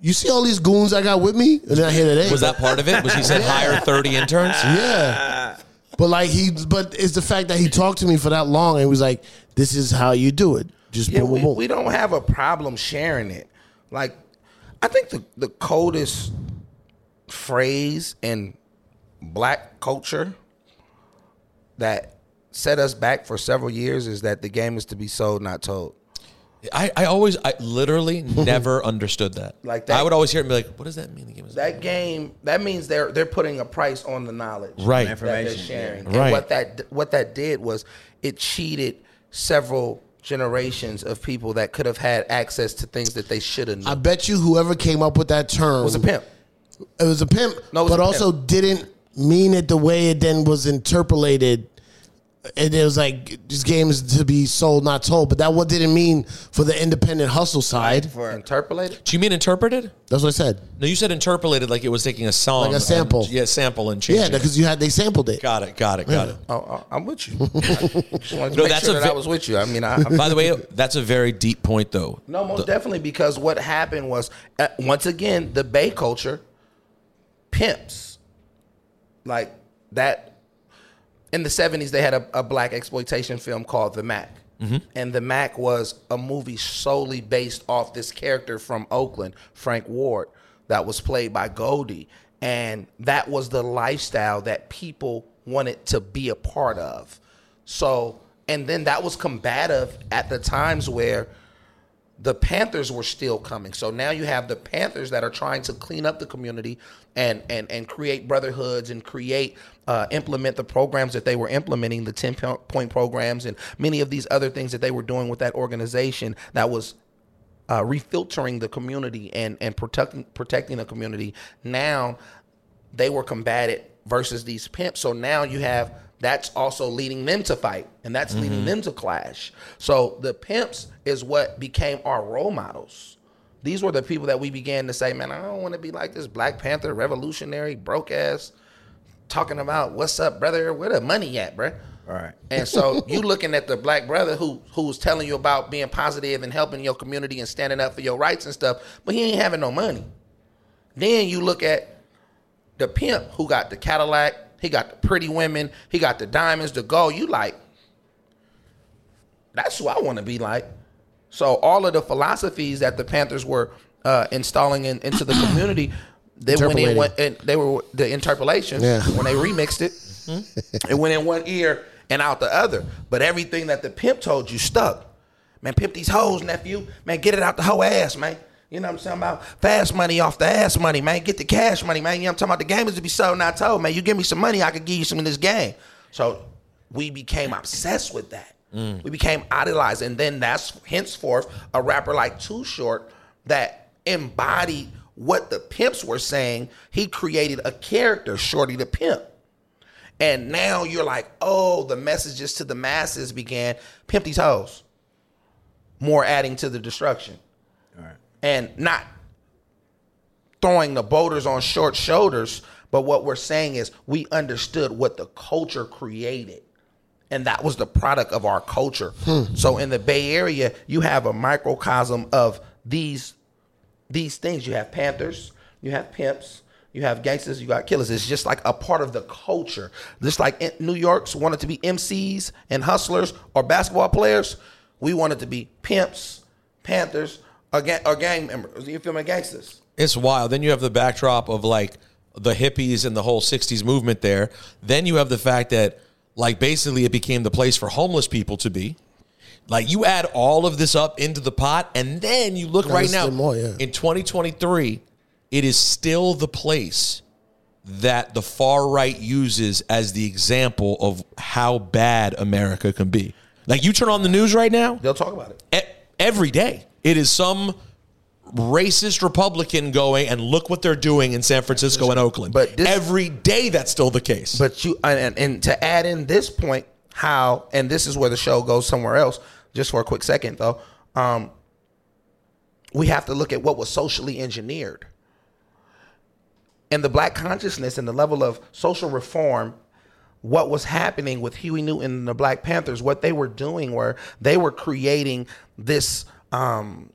C: You see all these goons I got with me? And they're here today.
H: Was that part of it? Was he said hire thirty interns?
C: Yeah. But like he, but it's the fact that he talked to me for that long and he was like, "This is how you do it." Just
I: Yeah,
C: boom,
I: we,
C: boom, boom.
I: we don't have a problem sharing it. Like, I think the, the coldest phrase in black culture that set us back for several years is that the game is to be sold, not told.
H: I, I always, I literally never understood that.
I: Like that-
H: I would always hear it and be like, "What does that mean?" The game is
I: That game, that means they're they're putting a price on the knowledge.
H: right.
E: Information.
I: that they're sharing. And
H: Right.
I: what that what that did was it cheated several generations of people that could have had access to things that they should have
C: I
I: known.
C: bet you whoever came up with that term
I: was a pimp.
C: It was a pimp,
I: No, it was
C: but
I: a
C: also didn't mean it the way it then was interpolated. And it was like just games to be sold, not told. But that what didn't mean for the independent hustle side.
E: For
I: Interpolated?
H: Do you mean interpreted?
C: That's what I said.
H: No, you said interpolated like it was taking a song,
C: Like a sample.
H: and, yeah, sample and changing.
C: Yeah, because you had they sampled it.
H: got it, got it, got
C: Yeah.
H: it.
I: Oh, oh, I'm with you. I just wanted to
H: No,
I: make
H: that's
I: sure
H: a
I: that
H: ve-
I: I was with you. I mean, I, I'm
H: By the way, that's a very deep point, though.
I: No, most definitely because what happened was uh, once again the Bay culture pimps like that. In the seventies, they had a, a black exploitation film called The Mac, and The Mac was a movie solely based off this character from Oakland, Frank Ward, that was played by Goldie, and that was the lifestyle that people wanted to be a part of. So, and then that was combative at the times where the Panthers were still coming. So now you have the Panthers that are trying to clean up the community and and and create brotherhoods and create uh, implement the programs that they were implementing, the ten po- point programs and many of these other things that they were doing with that organization that was uh, refiltering the community and and protecting protecting the community. Now they were combated versus these pimps. So now you have that's also leading them to fight and that's leading them to clash. So the pimps is what became our role models. These were the people that we began to say, man, I don't want to be like this Black Panther revolutionary broke ass talking about what's up, brother? Where the money at, bruh?
E: Right.
I: And so you looking at the black brother who who's telling you about being positive and helping your community and standing up for your rights and stuff, but he ain't having no money. Then you look at the pimp who got the Cadillac, he got the pretty women, he got the diamonds, the gold. You like, that's who I want to be like. So all of the philosophies that the Panthers were uh, installing in, into the community, they went in,
C: Interpolating.
I: went, and they were the interpolations
C: Yeah.
I: when they remixed it. it went in one ear and out the other. But everything that the pimp told you stuck. Man, pimp these hoes, nephew. Man, get it out the hoe ass, man. You know what I'm saying about? Fast money off the ass money, man. Get the cash money, man. You know what I'm talking about? The game is to be sold, not told, man. You give me some money, I could give you some of this game. So we became obsessed with that. We became idolized. And then that's henceforth a rapper like Too Short that embodied what the pimps were saying. He created a character, Shorty the Pimp. And now you're like, oh, the messages to the masses began pimp these hoes. More adding to the destruction. And not throwing the boulders on short shoulders, but what we're saying is we understood what the culture created. And that was the product of our culture. So in the Bay Area, you have a microcosm of these these things. You have Panthers, you have pimps, you have gangsters, you got killers. It's just like a part of the culture. Just like in- New York's wanted to be MCs and hustlers or basketball players, we wanted to be pimps, Panthers, or, ga- or gang members. You feel me? Gangsters.
H: It's wild. Then you have the backdrop of like the hippies and the whole 60s movement there. Then you have the fact that like basically it became the place for homeless people to be. Like you add all of this up into the pot and then you look
C: Now
H: right
C: it's
H: now
C: still more, yeah.
H: in 2023 it is still the place that the far right uses as the example of how bad America can be. Like you turn on the news right now,
I: They'll talk about it.
H: e- every day. It is some racist Republican going and look what they're doing in San Francisco and Oakland.
I: But this-
H: every day that's still the case.
I: But you and, and, and to add in this point, how and this is where the show goes somewhere else. Just for a quick second, though, um, we have to look at what was socially engineered, and the black consciousness and the level of social reform. What was happening with Huey Newton and the Black Panthers? What they were doing were they were creating this. Um,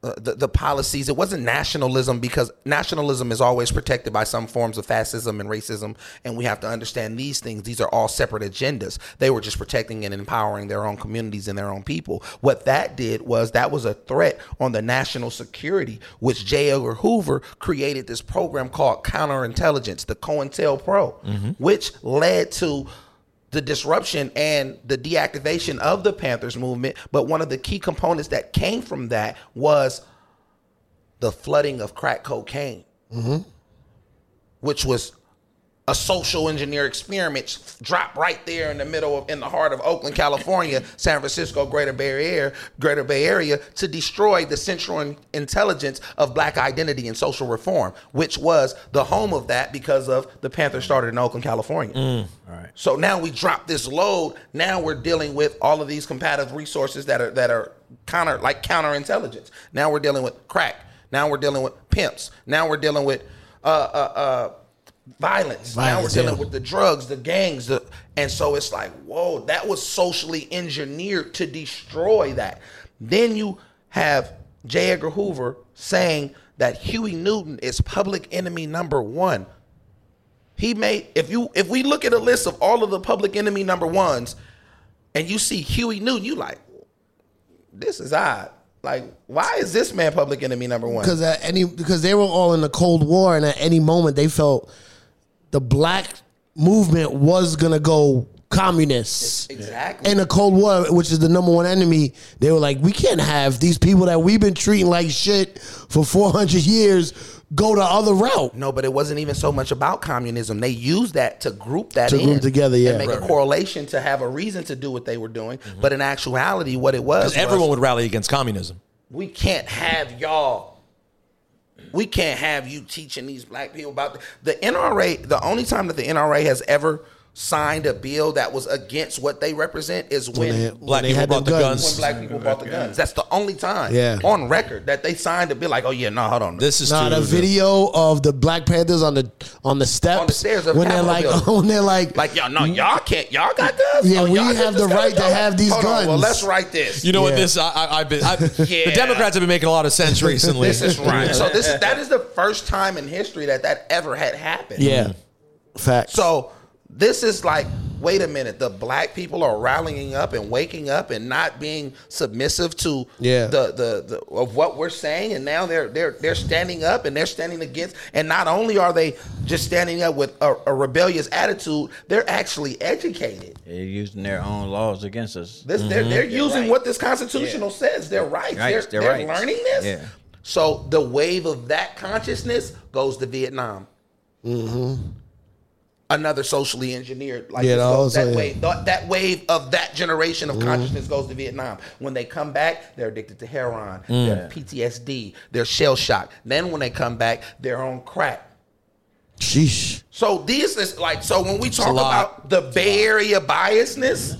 I: the, the policies. It wasn't nationalism because nationalism is always protected by some forms of fascism and racism, and we have to understand these things. These are all separate agendas. They were just protecting and empowering their own communities and their own people. What that did was that was a threat on the national security, which J. Edgar Hoover created this program called counterintelligence, the COINTELPRO, Pro, which led to the disruption and the deactivation of the Panthers movement, but one of the key components that came from that was the flooding of crack cocaine, which was a social engineer experiment drop right there in the middle of in the heart of Oakland, California, San Francisco, Greater Bay Area, Greater Bay Area to destroy the central in- intelligence of black identity and social reform, which was the home of that because of the Panther started in Oakland, California. So now we drop this load. Now we're dealing with all of these competitive resources that are that are counter like counterintelligence. Now we're dealing with crack. Now we're dealing with pimps. Now we're dealing with uh, uh, uh, violence. Now we're
C: Violence,
I: dealing
C: yeah.
I: with the drugs, the gangs, the, and so it's like, whoa, that was socially engineered to destroy that. Then you have J. Edgar Hoover saying that Huey Newton is public enemy number one. He made if you if we look at a list of all of the public enemy number ones, and you see Huey Newton, you like, this is odd. Like, why is this man public enemy number one?
C: because at any because they were all in the Cold War, and at any moment they felt the black movement was gonna go communist.
I: Exactly.
C: In the Cold War, which is the number one enemy, they were like, we can't have these people that we've been treating like shit for 400 years go the other route.
I: No, but it wasn't even so much about communism. They used that to group that
C: To
I: in,
C: group together, yeah.
I: and make a
C: Right.
I: correlation to have a reason to do what they were doing. But in actuality, what it was,
H: Because Mm-hmm. everyone
I: was,
H: would rally against communism.
I: we can't have y'all. We can't have you teaching these black people about the, the NRA. The only time that the NRA has ever signed a bill that was against what they represent is when,
H: Black people brought the
C: them
I: when
H: guns.
I: black people bought the guns. That's the only time
C: Yeah.
I: on record that they signed a bill like, oh yeah, no, hold on.
H: This is
C: Nah,
H: too-
C: the video of the Black Panthers on the on the steps
I: stairs of
C: when they're
I: Capitol
C: like
I: Building.
C: when they're like
I: Like y'all, no, y'all can't. Y'all got guns.
C: Mm. Yeah,
I: Oh,
C: we
I: y'all got
C: have
I: this
C: the
I: gun?
C: right to
I: Y'all-
C: have these
I: Hold on, well,
C: guns.
I: let's write this.
H: You know what? This I, I, I've been. I, The
I: Yeah.
H: Democrats have been making a lot of sense recently.
I: this is right. so this is that is the first time in history that that ever had happened.
C: yeah, fact.
I: mm. So this is like, wait a minute, the black people are rallying up and waking up and not being submissive to
C: Yeah.
I: the, the the of what we're saying, and now they're they're they're standing up and they're standing against. And not only are they just standing up with a, a rebellious attitude, they're actually educated.
E: They're using their own laws against us.
I: This they're, they're using what this constitutional says. They're right.
E: Rights,
I: they're
E: their
I: they're
E: rights.
I: learning this.
E: Yeah.
I: So the wave of that consciousness goes to Vietnam. Another socially engineered like
C: Yeah,
I: this
C: that
I: goes-
C: also-
I: that
C: yeah.
I: wave that, that wave of that generation of consciousness goes to Vietnam. When they come back, they're addicted to heroin, they're PTSD, they're shell shock. Then when they come back, they're on crack.
C: sheesh.
I: So these is like so when we talk
H: lot.
I: about the Bay Area biasness,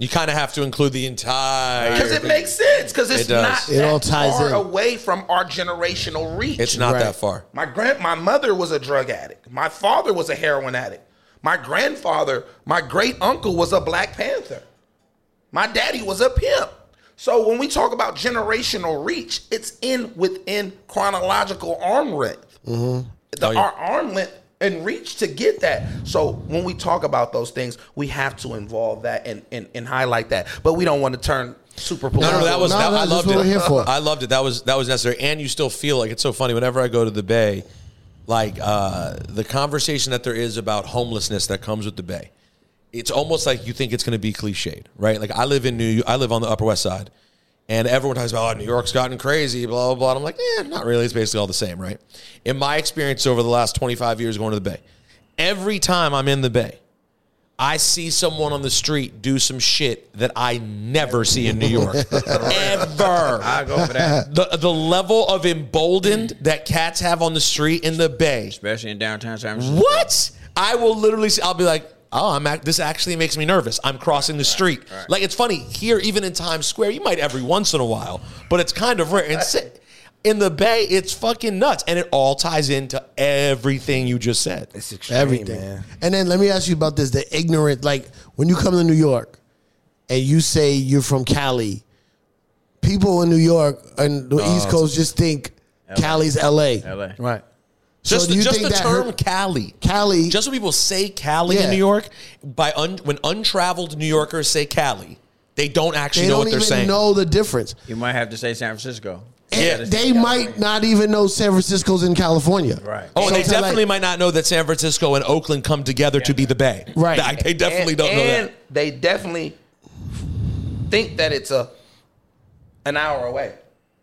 H: You kind of have to include the entire.
I: Because it makes sense. Because it's
H: It does.
I: not
C: It
I: that
C: all ties
I: far
C: in.
I: away from our generational reach.
H: It's not
C: Right.
H: that far.
I: My grand, my mother was a drug addict. My father was a heroin addict. My grandfather, my great uncle was a Black Panther. My daddy was a pimp. So when we talk about generational reach, it's in within chronological arm length. The,
H: Oh, yeah.
I: Our arm length and reach to get that. So when we talk about those things, we have to involve that and and, and highlight that. But we don't want to turn super
H: No,
I: political.
H: no, that was
C: No,
H: that, I
C: that's
H: loved
C: what
H: it.
C: we're here for.
H: I loved it. That was that was necessary. And you still feel like it's so funny whenever I go to the Bay, like uh, the conversation that there is about homelessness that comes with the Bay. It's almost like you think it's going to be cliched, right? Like I live in New, I live on the Upper West Side, and everyone talks about oh, New York's gotten crazy, blah blah blah. And I'm like, eh, not really. It's basically all the same, right? In my experience over the last 25 years going to the Bay, every time I'm in the Bay. I see someone on the street do some shit that I never see in New York. Ever.
E: I go for that,
H: The, the level of emboldened that cats have on the street in the Bay.
E: especially in downtown San Francisco.
H: What? I will literally see, I'll be like, oh, I'm act- this actually makes me nervous. I'm crossing the street. Like, it's funny, here, even in Times Square, you might every once in a while, but it's kind of rare. And si- in the Bay, it's fucking nuts. And it all ties into everything you just said.
J: It's extreme,
C: everything.
J: man.
C: And then let me ask you about this: the ignorant, like when you come to New York and you say you're from Cali, people in New York and the East Coast just think Cali's L.A.
E: LA.
C: Right.
H: Just
C: do
H: the,
C: you
H: just
C: think
H: the
C: that
H: term
C: hurt-
H: Cali.
C: Cali.
H: Just when people say Cali
C: Yeah.
H: in New York, by un, when untraveled New Yorkers say Cali, they don't actually
C: they
H: know
C: don't
H: what they're
C: even
H: saying.
C: know the difference.
E: You might have to say San Francisco.
C: And they might not even know San Francisco's in California.
E: Right.
H: Oh, and they
C: So, like-
H: definitely might not know that San Francisco and Oakland come together to be the Bay.
C: Right.
H: Like, They definitely
I: And-
H: don't know
I: and
H: that.
I: They definitely think that it's a an hour away.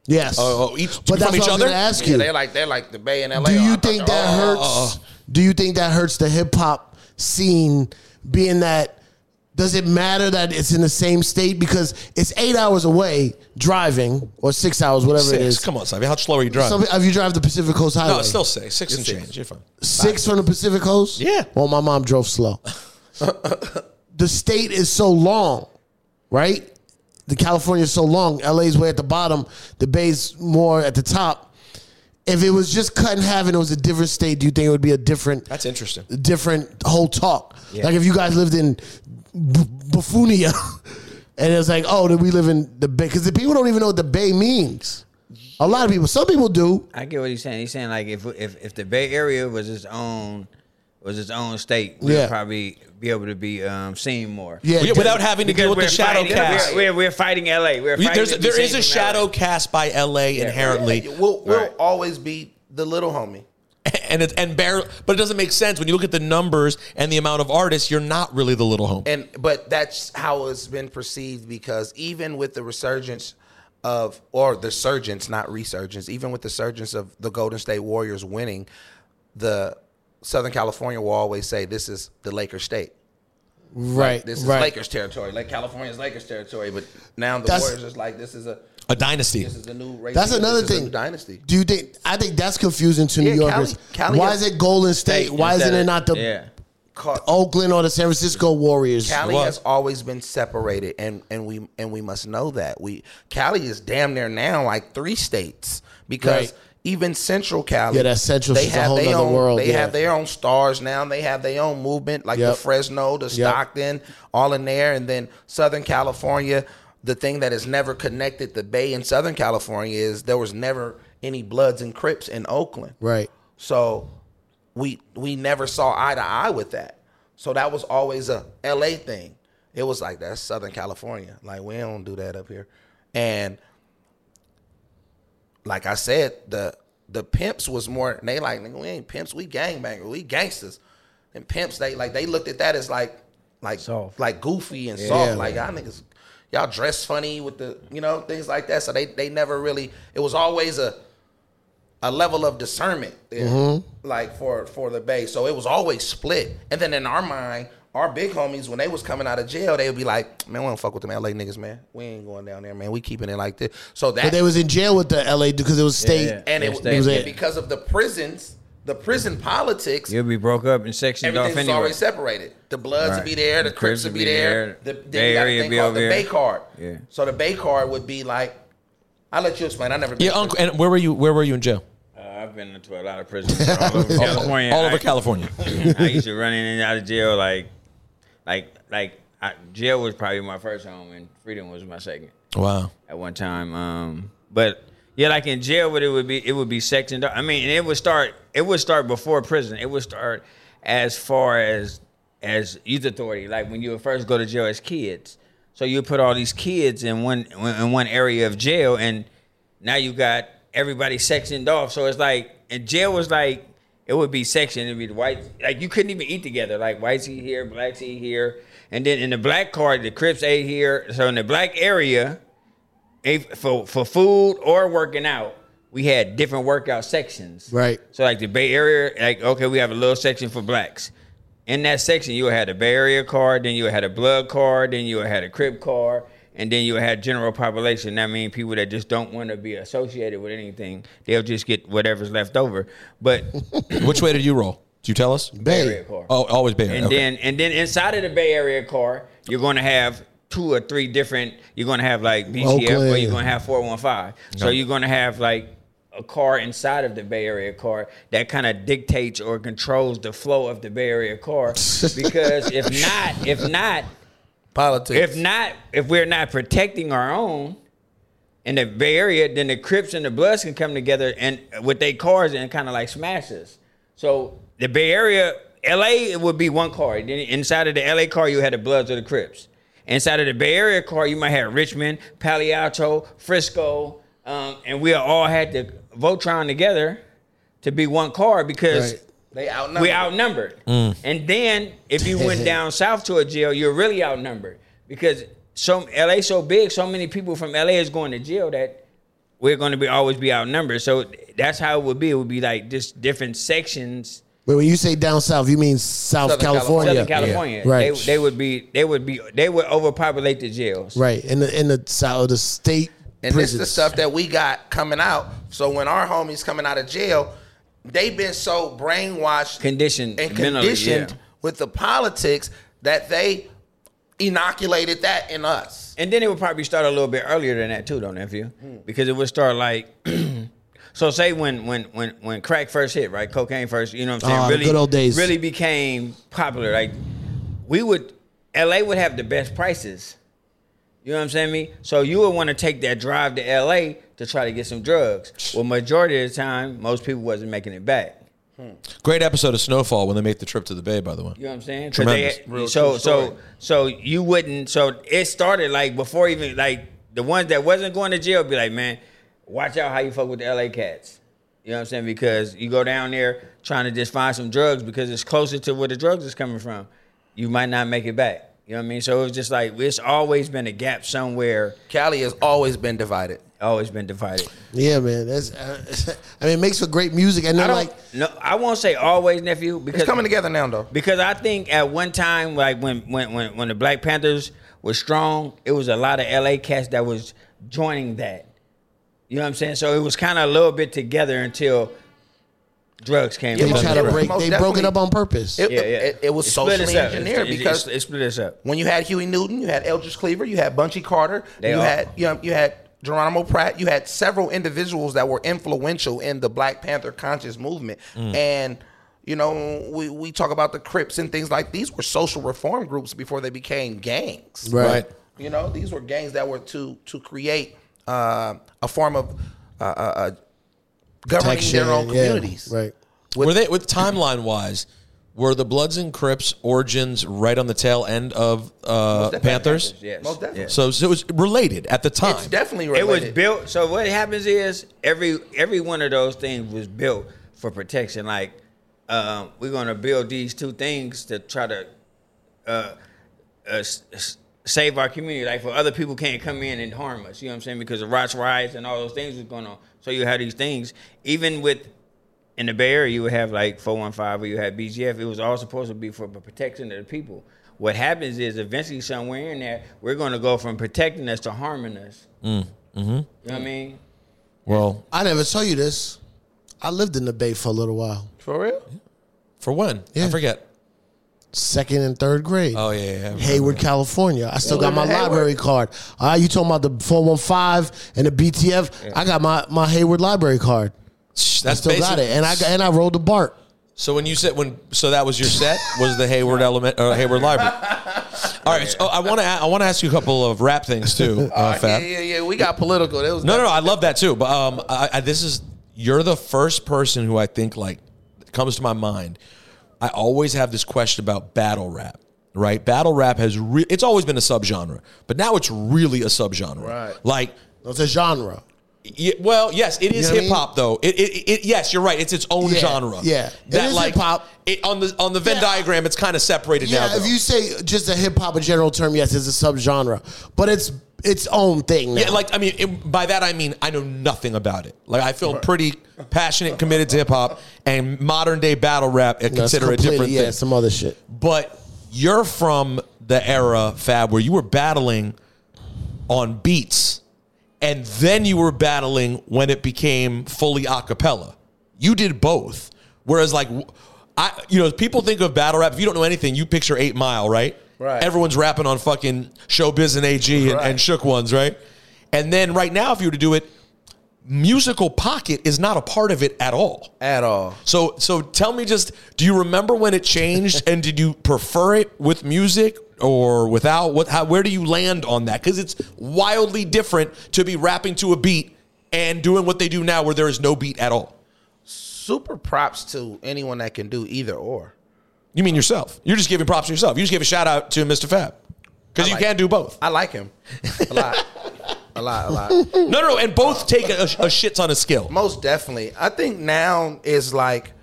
C: Yes.
H: Oh, oh, each from
C: but that's
H: each
C: what
H: other.
C: I'm gonna ask
I: Yeah,
C: you.
I: they're like they're like the Bay and LA.
C: do
I: Oh, I
C: you
I: thought
C: think
I: they-
C: that
I: oh,
C: hurts?
H: oh, oh.
C: Do you think that hurts the hip hop scene? Being that, does it matter that it's in the same state because it's eight hours away driving or six hours, whatever
H: six.
C: it is.
H: Come on, Savvy. How slow are you driving?
C: Some, if you drive the Pacific Coast Highway,
H: no, it's still six. Six and change. You're fine.
C: six from the Pacific Coast.
H: Yeah.
C: Well, my mom drove slow. the state is so long, right? The California is so long. LA's way at the bottom. The Bay's more at the top. If it was just cut in half and it was a different state, do you think it would be a different
H: That's interesting.
C: different whole talk.
H: Yeah.
C: Like if you guys lived in B- Buffoonia, and it's like, oh, then we live in the Bay because the people don't even know what the Bay means. A lot of people, some people do.
E: I get what he's saying. He's saying like if if if the Bay Area was its own was its own state, we'd
C: Yeah.
E: probably be able to be um, seen more.
C: Yeah,
H: Yeah, without having to
E: Because
H: deal with the
E: we're
H: shadow
E: fighting-
H: cast.
E: We're, we're, we're fighting LA. We're
H: We-
E: fighting
H: there's,
E: to be
H: there is
E: seen
H: a
E: from LA.
H: shadow cast by LA inherently,
I: We'll, we'll always be the little homie.
H: and it's and barely, but it doesn't make sense when you look at the numbers and the amount of artists. You're not really the little home.
I: And but that's how it's been perceived because even with the resurgence of or the surgence, not resurgence, even with the surgence of the Golden State Warriors winning, the Southern California will always say this is the Lakers state.
C: Right,
I: This is
C: right.
I: Lakers territory. Like California's Lakers territory, but now the
C: That's-
I: Warriors is like this is a
H: A dynasty.
I: this is a new race.
C: That's another
I: This is a
C: thing.
I: new dynasty.
C: Do you think? I think that's confusing to New
I: Yeah, Cali-
C: Yorkers.
I: Cali
C: Why
I: is-
C: is it Golden State? Why isn't
E: Instead
C: it
E: of-
C: not the
E: yeah?
I: Ca-
C: Oakland or the San Francisco Warriors?
I: Cali
H: was.
I: has always been separated, and and we and we must know that we Cali is damn near now like three states because
C: Right.
I: even Central Cali,
C: Yeah, that Central
I: they
C: shit's a
I: have
C: whole
I: their
C: nother
I: own
C: world,
I: they
C: yeah.
I: have their own stars now. They have their own movement like
C: Yep.
I: the Fresno, the Stockton, all in there, and then Southern California. The thing that has never connected the Bay and Southern California is there was never any Bloods and Crips in Oakland.
C: Right.
I: So we we never saw eye to eye with that. So that was always a LA thing. It was like that's Southern California. Like we don't do that up here. And like I said, the the pimps was more they like nigga, we ain't pimps, we gangbangers, we gangsters. And pimps, they like they looked at that as like like like goofy and soft.
C: Yeah.
I: Like y'all niggas y'all dress funny with the you know, things like that. So they they never really it was always a a level of discernment there,
C: Mm-hmm.
I: like for for the bay. So it was always split. And then in our mind, our big homies when they was coming out of jail, they would be like, "Man, we don't fuck with them LA niggas, man. We ain't going down there, man. We keeping it like this." So that
C: But they was in jail with the LA because it was state.
E: yeah.
I: and it was
E: Yes, they-
I: and because of the prisons, the prison politics.
E: You'll be broke up and sectioned off
I: Everything's
E: anyway.
I: already separated. The Bloods
E: Right.
I: would be there, the,
E: The
I: Crips would be there, the, then
E: Bay
I: you got a
E: Area
I: thing
E: be
I: called
E: over
I: the
E: here.
I: Bay Card.
E: Yeah.
I: So the Bay Card would be like, I'll let you explain. I never been
H: Yeah,
I: to
H: uncle. And where were you? Where were you in jail?
E: Uh, I've been into a lot of prisons all over California.
H: All over
E: I-
H: California.
E: I used to run in and out of jail like, like, like. I, jail was probably my first home, and freedom was my second.
H: Wow.
E: at one time. Um, but yeah, like in jail, what it would be, it would be sectioned. off. I mean, and it would start. It would start before prison. It would start as far as as youth authority. Like when you would first go to jail as kids. So you put all these kids in one in one area of jail, and now you got everybody sectioned off. So it's like, and jail was like. It would be sectioned. It'd be the white. Like you couldn't even eat together. Like whites eat here, blacks eat here, and then in the black card, the Crips ate here. So in the black area, if for for food or working out, we had different workout sections.
C: Right.
E: So like the Bay Area, like okay, we have a little section for blacks. In that section, you had a Bay Area card, then you had a blood card, then you had a crib card, and then you had general population. That mean people that just don't want to be associated with anything. They'll just get whatever's left over. But
H: Which way did you roll? Do you tell us?
C: Bay.
E: Area card.
H: Oh, always Bay Area.
E: And
H: okay.
E: then and then inside of the Bay Area car, you're going to have two or three different. You're going to have like BCF, or
C: Oakland.
E: you're going to have 415. So you're going to have like a car inside of the Bay Area car that kind of dictates or controls the flow of the Bay Area car. Because if not, if not,
I: politics.
E: if not, if we're not protecting our own in the Bay Area, then the Crips and the Bloods can come together and with their cars and kind of like smash us. So the Bay Area, LA, it would be one car. Then inside of the LA car, you had the Bloods or the Crips. Inside of the Bay Area car, you might have Richmond, Palo Alto, Frisco, um, and we all had to Voltron together to be one car because
C: Right.
I: they outnumbered.
E: we outnumbered.
C: Mm.
E: And then if you went down south to a jail, you're really outnumbered because so LA so big, so many people from LA is going to jail that we're going to be always be outnumbered. So that's how it would be. It would be like just different sections
C: But when you say down south, you mean South
E: Southern
C: California.
E: Southern California.
C: Right.
E: They, they would be. They would be. They would overpopulate the jails.
C: right. In the in the south the state
I: And this
C: prisons.
I: is the stuff that we got coming out. So when our homies coming out of jail, they've been so brainwashed
E: Conditioned
I: and
E: mentally.
I: conditioned
E: yeah.
I: with the politics that they inoculated that in us.
E: And then it would probably start a little bit earlier than that too, though, nephew.
C: Hmm.
E: Because it would start like so say when when when when crack first hit, right? Cocaine first, you know what I'm saying?
C: Ah, the good old days.
E: really became popular. Like we would LA would have the best prices. You know what I'm saying? Me? So you would want to take that drive to LA to try to get some drugs. Well, majority of the time, most people wasn't making it back.
H: Great episode of Snowfall when they make the trip to the Bay. By the way,
E: You know what I'm saying? 'Cause
H: Tremendous.
E: they- so
I: true story.
E: so so you wouldn't. So it started like before even like the ones that wasn't going to jail be like, man, watch out how you fuck with the LA cats. You know what I'm saying? Because you go down there trying to just find some drugs because it's closer to where the drugs is coming from. You might not make it back. You know what I mean? So it was just like it's always been a gap somewhere.
I: Cali has always been divided.
E: Always been divided.
C: Yeah, man. That's uh, I mean, it makes for great music. And then
E: I don't.
C: like
E: no, I won't say always, nephew. Because
I: It's coming together now, though.
E: Because I think at one time, like when when when, when the Black Panthers were strong, it was a lot of LA cats that was joining that. You know what I'm saying? So it was kind of a little bit together until drugs came.
C: they
E: along.
C: try to
I: Most
C: break, they broke it
I: definitely.
C: up on purpose.
I: It,
E: Yeah, yeah.
I: it- it- it was
E: split us
I: socially
E: up.
I: engineered
E: It- it-
I: because
E: it, it split us up.
I: when you had Huey Newton, you had Eldridge Cleaver, you had Bunchy Carter,
E: They
I: you
E: all-
I: had you, know, you had Geronimo Pratt, you had several individuals that were influential in the Black Panther conscious movement,
E: Mm.
I: and you know we we talk about the Crips and things like these were social reform groups before they became gangs.
H: right?
I: You know these were gangs that were to to create uh, a form of uh, uh, uh, governing
C: Protection,
I: their own
C: yeah,
I: communities.
C: right.
H: were they with timeline wise? Were the Bloods and Crips origins right on the tail end of uh,
I: definitely.
H: Panthers?
E: Yes.
I: Most definitely.
E: yes.
H: So, so it was related at the time.
I: It's definitely
E: It
I: related.
E: was built. So what happens is every every one of those things was built for protection. Like um, we're going to build these two things to try to uh, uh, s- s- save our community. Like for other people can't come in and harm us. You know what I'm saying? Because the riots, riots, and all those things was going on. So you had these things. Even with in the Bay Area, you would have like 415 or you had BGF. It was all supposed to be for the protection of the people. What happens is eventually somewhere in there, we're going to go from protecting us to harming us. You know what I mean?
H: well,
C: I never told you this. I lived in the Bay for a little while,
I: for real.
H: for when
C: Yeah.
H: I forget.
C: second and third grade.
H: Oh yeah, yeah, yeah.
C: Hayward, California. I still got my
I: live in Hayward.
C: library card. All right, you talking about the 415 and the BTF? I got my, my Hayward library card.
H: That's
C: Still
H: basic-
C: got it. And I got- and I rolled the BART.
H: So when you said when, so that was your set was the Hayward element, uh, Hayward Library. All right. So I want to I want to ask you a couple of rap things too, uh,
I: Yeah,
H: Fab.
I: yeah, yeah. We got political. It was
H: No, no, no. I love that too. But um, I, I, this is you're the first person who I think like comes to my mind. I always have this question about battle rap, right? Battle rap has re- it's always been a subgenre, but now it's really a subgenre.
I: Right.
H: Like
C: It's a genre.
H: Y well, yes, it is
C: know what I
H: hip hop though. It, it, it, yes, you're right. It's its own
C: Yeah,
H: genre.
C: yeah. It
H: that
C: is
H: like
C: hip-hop.
H: It, on the on the Venn
C: Yeah.
H: diagram, it's kind of separated now.
C: Yeah,
H: though.
C: if you say just a hip hop a general term, yes, it's a subgenre, but it's its own thing. Now.
H: yeah, like I mean, it, by that I mean I know nothing about it. Like I feel pretty passionate, committed to hip hop, and modern day battle rap. I
C: No, it's
H: consider a
C: completely-
H: different
C: yeah,
H: thing.
C: some other shit.
H: but you're from the era fab where you were battling on beats and then you were battling when it became fully a cappella you did both whereas like w- i you know people think of battle rap if you don't know anything you picture 8 mile right
I: Right.
H: everyone's rapping on fucking showbiz and ag and, and shook ones right and then right now if you were to do it musical pocket is not a part of it at all
I: at all.
H: so so tell me just do you remember when it changed and did you prefer it with music or without what how, where do you land on that cuz it's wildly different to be rapping to a beat and doing what they do now where there is no beat at all.
I: Super props to anyone that can do either or.
H: You mean yourself. You're just giving props to yourself. You just gave a shout out to Mr. Fab. Cuz
I: I
H: you
I: like-
H: can do both.
I: I like him a lot, a lot, a lot.
H: No, no, no, and both take a, a shit ton of skill.
I: Most definitely. I think now is like,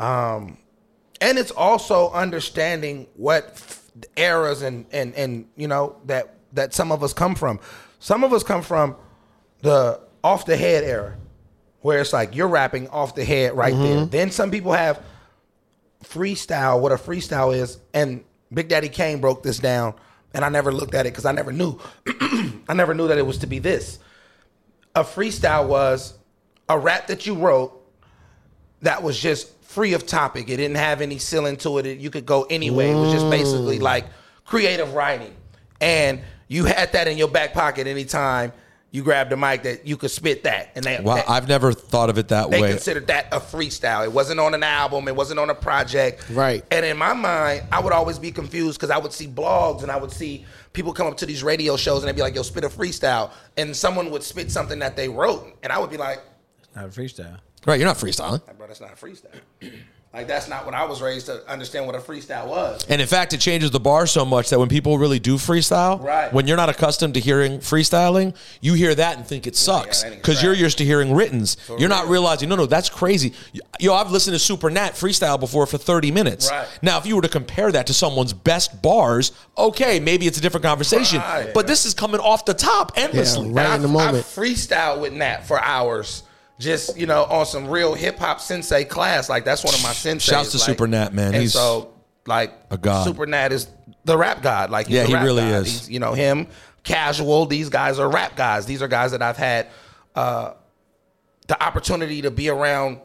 I: um, and it's also understanding what f- eras and and and you know that that some of us come from. Some of us come from the off the head era, where it's like you're rapping off the head right there. Then some people have freestyle, what a freestyle is, and Big Daddy Kane broke this down, and I never looked at it because I never knew. I never knew that it was to be this. A freestyle was a rap that you wrote that was just free of topic. It didn't have any ceiling to it. It- You could go anyway. It was just basically like creative writing. And you had that in your back pocket anytime you grabbed a mic that you could spit that. And they,
H: Wow,
I: that-
H: I've never thought of it that
I: they
H: way.
I: considered that a freestyle. It wasn't on an album. It wasn't on a project.
C: Right.
I: And in my mind, I would always be confused because I would see blogs and I would see people come up to these radio shows and they'd be like, "Yo, spit a freestyle," and someone would spit something that they wrote, and I would be like,
E: Not a freestyle.
H: right, you're not freestyling.
I: "Nah, "Bro, that's not a freestyle." like that's not what I was raised to understand what a freestyle was.
H: And in fact, it changes the bar so much that when people really do freestyle,
I: Right.
H: when you're not accustomed to hearing freestyling, you hear that and think it sucks
I: that ain't
H: because you're
I: crap.
H: used to hearing written.s you're not realizing, no, no, that's crazy. Yo, I've listened to Super Nat freestyle before for 30 minutes.
I: Right.
H: Now, if you were to compare that to someone's best bars, okay, maybe it's a different conversation.
I: Right.
H: But this is coming off the top endlessly.
C: right in the
I: I
C: moment.
I: freestyle with Nat for hours. Just you know, on some real hip hop sensei class, like that's one of my senseis.
H: Shouts to
I: like-
H: Super Nat, man.
I: And
H: He's
I: so, like
H: a god.
I: Super Nat is the rap god. Like he's
H: Yeah,
I: a
H: he
I: rap
H: really
I: god.
H: is.
I: He's, you know him, casual. These guys are rap guys. These are guys that I've had uh, the opportunity to be around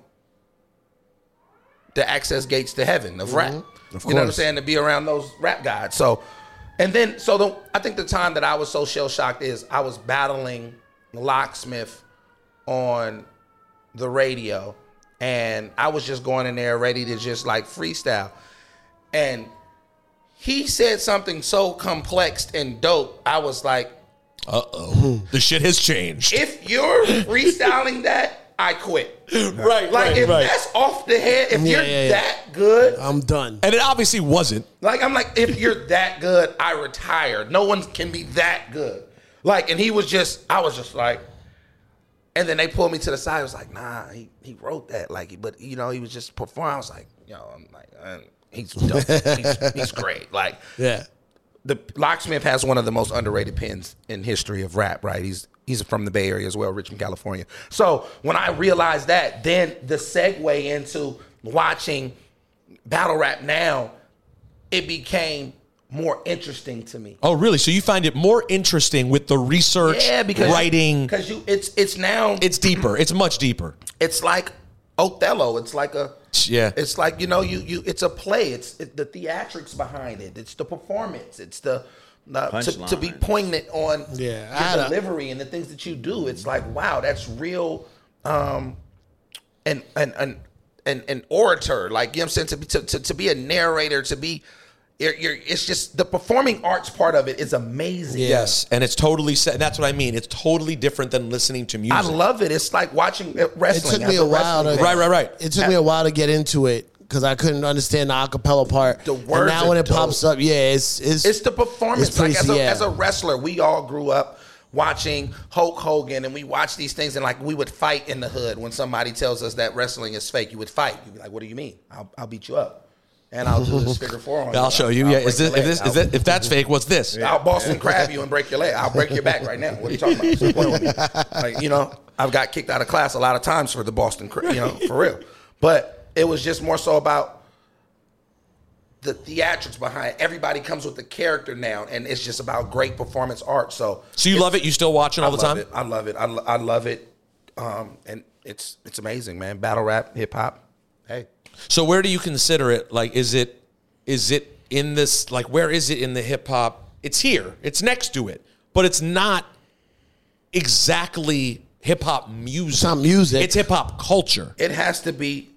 I: the access gates to heaven of rap. you know what I'm saying? To be around those rap guys. So, and then so the I think the time that I was so shell shocked is I was battling locksmith on the radio, and I was just going in there ready to just like freestyle, and he said something so complex and dope. I was like,
H: Uh oh. the shit has changed.
I: if you're freestyling that, I quit.
H: right,
I: Like if that's off the head, if you're
C: yeah, yeah.
I: that good,
C: I'm done.
H: and it obviously wasn't.
I: Like I'm like, if you're that good, I retire. No one can be that good. Like, and he was just, I was just like, and then they pulled me to the side. I was like, nah, he, he wrote that. Like, but you know, he was just performing. I was like, yo, I'm like, uh, he's dope. he's, he's great. Like,
C: Yeah.
I: the locksmith has one of the most underrated pens in history of rap. Right? He's he's from the Bay Area as well, Richmond, California. So when I realized that, then the segue into watching battle rap now, it became more interesting to me.
H: Oh, really? So you find it more interesting with the research,
I: Yeah, because
H: writing.
I: because you it's it's now
H: It's deeper. It's much deeper.
I: it's like Othello. It's like a
H: Yeah.
I: It's like you know you you. It's a play. It's it, the theatrics behind it. It's the performance. It's the uh, to, to be
E: Punchline.
I: poignant on
C: Yeah, I had
I: your
C: a-
I: delivery and the things that you do. It's like wow, that's real. Um, and and and and an orator like you know what I'm saying to be to, to, to be a narrator to be. You're, you're, it's just the performing arts part of it is amazing.
H: Yes, and it's totally set. and That's what I mean. It's totally different than listening to music.
I: I love it. It's like watching uh,
C: It
I: wrestling.
C: took me
I: as
C: a while
I: wrestling
C: to
H: Right,
I: fan.
H: right, right.
C: It took me a while to get into it because I couldn't understand the acapella part.
I: The
C: and
I: words
C: now when
I: are
C: it pops
I: dope.
C: up, yeah, it's it's
I: It's the performance.
C: It's
I: like
C: pretty-
I: as a,
C: yeah.
I: as a wrestler, we all grew up watching Hulk Hogan, and we watched these things, and like we would fight in the hood when somebody tells us that wrestling is fake. You would fight. You'd be like, "What do you mean? I'll, I'll beat you up, and I'll do this figure four on you.
H: I'll show you. Yeah,
I: break
H: is this,
I: your
H: if,
I: leg.
H: this,
I: I'll-
H: is that, if that's fake, what's this?
I: I'll Boston crab you and break your leg. I'll break your back right now. What are you talking about? What's the point with me? Like, you know, I've got kicked out of class a lot of times for the Boston crab, you know, for real. But it was just more so about the theatrics behind it. everybody comes with a character now, and it's just about great performance art. So
H: So you love it? You still watching all
I: I
H: the
I: love
H: time?
I: it. I love it. I, lo- I love it. Um, and it's it's amazing, man. Battle rap, hip hop. Hey.
H: So where do you consider it? Like, is it is it in this? Like, where is it in the hip hop? It's here. It's next to it, but it's not exactly hip hop music. It's
C: not music.
H: It's hip hop culture.
I: it has to be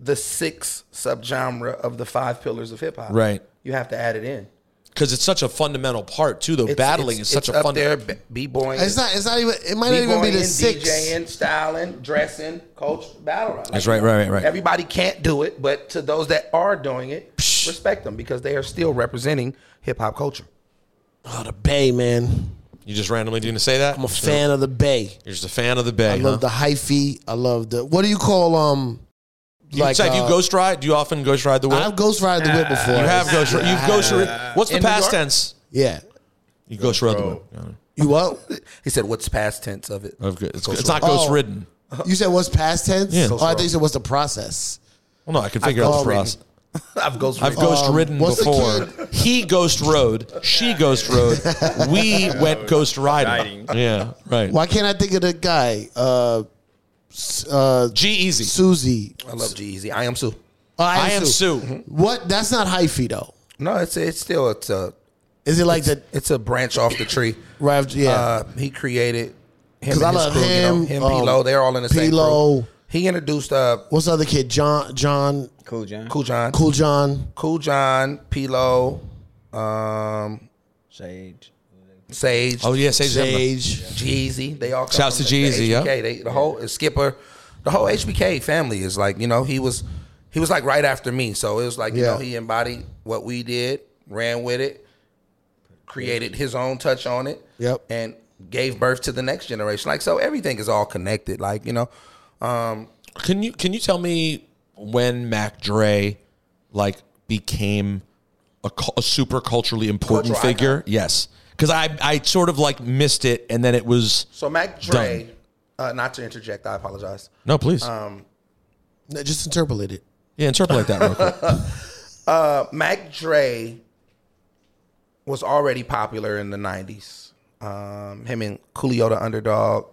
I: the sixth subgenre of the five pillars of hip hop.
H: Right.
I: You have to add it in.
H: because it's such a fundamental part too. Though battling is such
I: it's
H: a
I: up
H: fun.
I: there. B boying,
C: it's not it's not even it might not even be the six.
I: DJing, styling, dressing, coach, battle rap.
H: That's right, right, right, right.
I: Everybody can't do it, but to those that are doing it, respect them because they are still representing hip hop culture.
C: Oh, the Bay, man.
H: You just randomly didn't say that.
C: I'm a fan of the Bay.
H: You're just a fan of the Bay.
C: I love
H: huh?
C: the hyphy. I love the what do you call um
H: You,
C: like
H: so have
C: uh,
H: you ghost ride? Do you often ghost ride the whip?
C: I've ghost ride the whip before.
H: you have ghost.
C: Yeah, I
H: you've ghost.
C: have.
H: what's the
I: In New
H: past
I: York?
H: tense?
C: Yeah.
H: You ghost ride the whip. Yeah.
C: You what?
I: He said, "What's past tense of it?"
H: Of good- It's, it's not ghost
C: Oh.
H: ridden.
C: You said what's past tense?
H: Yeah.
C: Oh, I think you said what's the process.
H: Well, no, I can figure out the
C: Oh,
H: process.
I: I've ghost.
H: I've
C: Um,
H: ghost ridden
I: what's the
H: before. He ghost rode. She ghost rode. We went ghost riding. Yeah, right.
C: Why can't I think of the guy? Uh, S- uh,
H: G Easy.
C: Susie.
I: I love Jeezy. I am Sue.
C: Oh,
H: I am Sue.
C: What? That's not hyphy though.
I: No, it's it's still it's a
C: Is it like the
I: it's a branch off the tree.
C: right? after- Yeah.
I: Uh, he created him
C: 'Cause
I: and
C: I
I: his
C: love
I: crew, you know,
C: him,
I: him,
C: um,
I: P-Lo. They're all in the same
C: P-Lo.
I: crew. He introduced uh,
C: What's the other kid? John. John.
E: Cool, John.
I: Cool John.
C: Cool John.
I: Cool John, P-Lo, um,
E: Sage.
I: Sage,
H: Oh yeah, Sage. Sage.
C: Sage.
I: Jeezy. They all come
H: Shouts
I: from
H: to
I: the- the
H: Jeezy, yeah.
I: HBK. They, the whole Skipper, the whole HBK family is like you know he was he was like right after me, so it was like you
C: Yeah.
I: know he embodied what we did, ran with it, created his own touch on it,
C: Yep.
I: and gave birth to the next generation. Like so, everything is all connected. Like you know, um,
H: Can you can you tell me when Mac Dre like became a, cul- a super culturally important
I: Cultural
H: figure?
I: icon.
H: Yes, because I I sort of like missed it, and then it was
I: so Mac Dre, uh, not to interject, I apologize.
H: no, please,
I: Um,
C: No, Just interpolate it.
H: yeah, interpolate that real quick.
I: Mac Dre was already popular in the '90s. Um, him and Coolio the Underdog,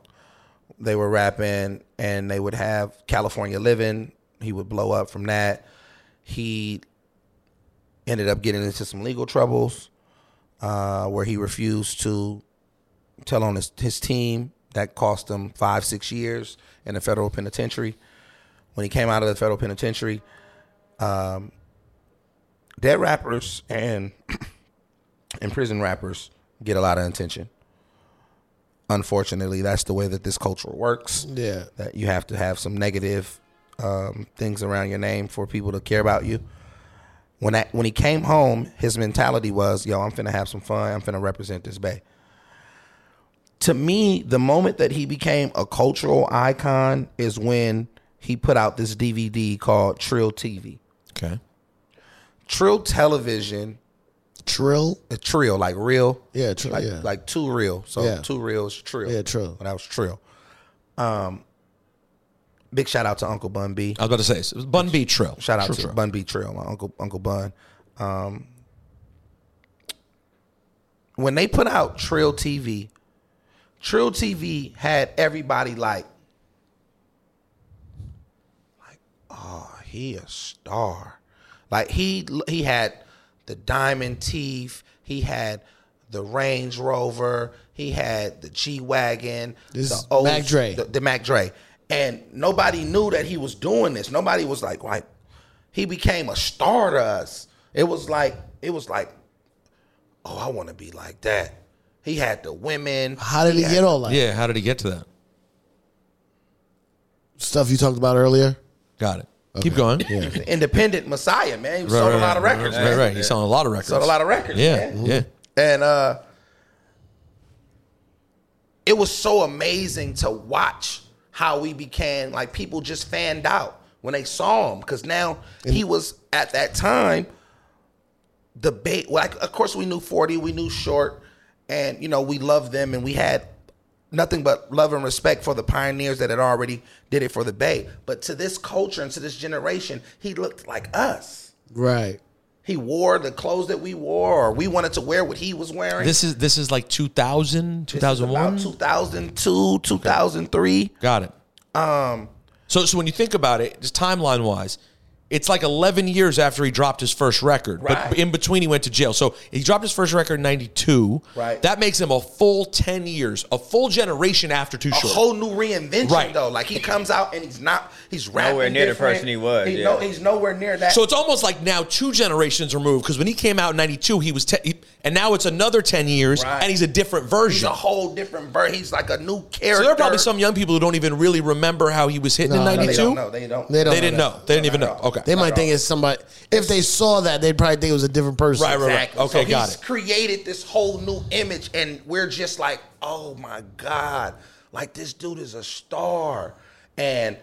I: they were rapping, and they would have California Living. He would blow up from that. He ended up getting into some legal troubles uh, where he refused to tell on his, his team. That cost him five, six years in the federal penitentiary. When he came out of the federal penitentiary, um, dead rappers and imprisoned rappers get a lot of attention. Unfortunately, that's the way that this culture works.
C: Yeah.
I: That you have to have some negative um, things around your name for people to care about you. When I, when he came home, his mentality was, "Yo, I'm finna have some fun. I'm finna represent this bay." To me, the moment that he became a cultural icon is when he put out this DVD called Trill TV.
H: okay,
I: Trill Television
C: Trill.
I: a trio, like real.
C: Yeah, tri-
I: like,
C: yeah.
I: like two real. So
C: Yeah.
I: two reels, trill.
C: Yeah, trill.
I: Well, that was trill. Um, big shout out to Uncle Bun B.
H: I was about to say it was Bun B Trill.
I: Shout out
H: Trill,
I: to
H: Trill.
I: Bun B Trill, my uncle Uncle Bun. Um, when they put out Trill TV, Trill TV had everybody like, like, oh, he a star. Like he he had the diamond teeth. He had the Range Rover. He had the G wagon.
C: This
I: the
C: is Mac Dre.
I: The, the Mac Dre, and nobody knew that he was doing this. Nobody was like, like he became a star to us. It was like it was like, oh, I want to be like that. He had the women.
C: How did he
I: had-
C: get all that
H: Yeah, how did he get to that?
C: stuff you talked about earlier?
H: Got it. Keep going. Yeah.
I: the independent messiah, man? He sold a lot of records.
H: Right,
I: man.
H: right. right. He's selling a lot of records.
I: Sold a lot of records.
H: Yeah,
I: man.
H: yeah.
I: And uh it was so amazing to watch how we became like people just fanned out when they saw him because now he was at that time the bait like of course we knew 40 we knew short and you know we loved them and we had nothing but love and respect for the pioneers that had already did it for the bay but to this culture and to this generation he looked like us
C: Right.
I: he wore the clothes that we wore or we wanted to wear what he was wearing
H: This is this is like 2000,
I: This is
H: 2001.
I: about 2002 2003
H: Got it. Um. So so when you think about it, just timeline wise, it's like 11 years after he dropped his first record.
I: Right.
H: But in between, he went to jail. So he dropped his first record in 92.
I: Right.
H: That makes him a full 10 years, a full generation after Too
I: a
H: Short.
I: whole new reinvention
H: Right.
I: though like he comes out and he's not he's rapping
E: Nowhere near the
I: different.
E: person he was,
I: He-
E: yeah.
I: no, he's nowhere near that
H: So it's almost like now two generations removed because when he came out in '92, he was te- he- and now it's another ten years,
I: Right.
H: and he's a different
I: he's a
H: version.
I: whole different version he's like a new character
H: so there are probably some young people who don't even really remember how he was hitting
C: No,
H: in
I: no, they
H: '92.
I: don't know they don't
C: They don't.
H: They didn't
C: that.
H: know. They didn't even know.
I: not at all.
H: Okay,
C: They might
I: at
C: think
I: all.
C: it's somebody. If they saw that, they'd probably think it was a different person.
H: Right, right, right.
I: Exactly.
H: Okay,
I: so
H: got
I: he's
H: it.
I: created this whole new image, and we're just like, oh my God, like this dude is a star. And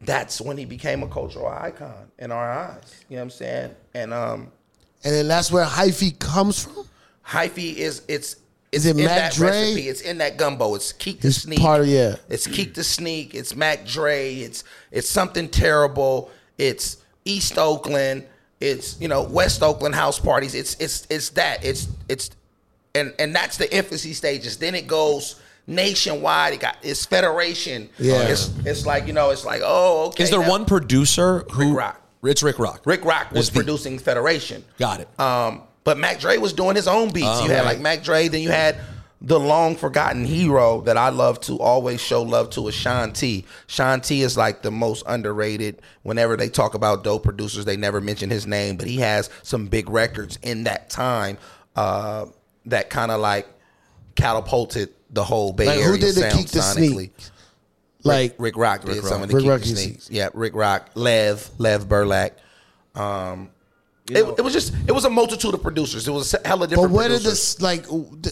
I: that's when he became a cultural icon in our eyes. You know what I'm saying? And um
C: And then that's where hyphy comes from.
I: hyphy is it's
C: Is
I: it's
C: it
I: in
C: Mac
I: that
C: Dre?
I: recipe. It's in that gumbo. It's keep the
C: It's
I: sneak.
C: part of- yeah.
I: It's keep the sneak. It's Mac Dre. It's it's something terrible. It's East Oakland. It's you know West Oakland house parties. It's it's it's that. It's it's and and that's the infancy stages. Then it goes nationwide. It got it's federation.
H: Yeah.
I: It's it's like you know it's like oh okay.
H: Is there
I: now-
H: one producer who?
I: Rick Rock.
H: It's Rick Rock.
I: Rick Rock was
H: Is the-
I: producing Federation.
H: Got it.
I: Um, but Mac Dre was doing his own beats.
H: Oh,
I: you had
C: Uh-huh.
H: right.
I: like Mac Dre, then you had the long forgotten hero that I love to always show love to is Sean T. Sean T is like the most underrated. Whenever they talk about dope producers, they never mention his name, but he has some big records in that time uh, that kind of like catapulted the whole Bay
C: Like,
I: Area
C: who did the
I: sound
C: Keep the
I: sonically.
C: Sneak? Like
I: Rick Rock did
C: Rick
I: some
C: Rock.
I: of the
C: Rick
I: Keep
C: Rock
I: the
C: used to-
I: Sneaks. Yeah, Rick Rock, Lev, Lev Burlack. Um, it, it was just it was a multitude of producers. It was a hella
C: But
I: different.
C: where did
I: producers.
C: this like? w- d-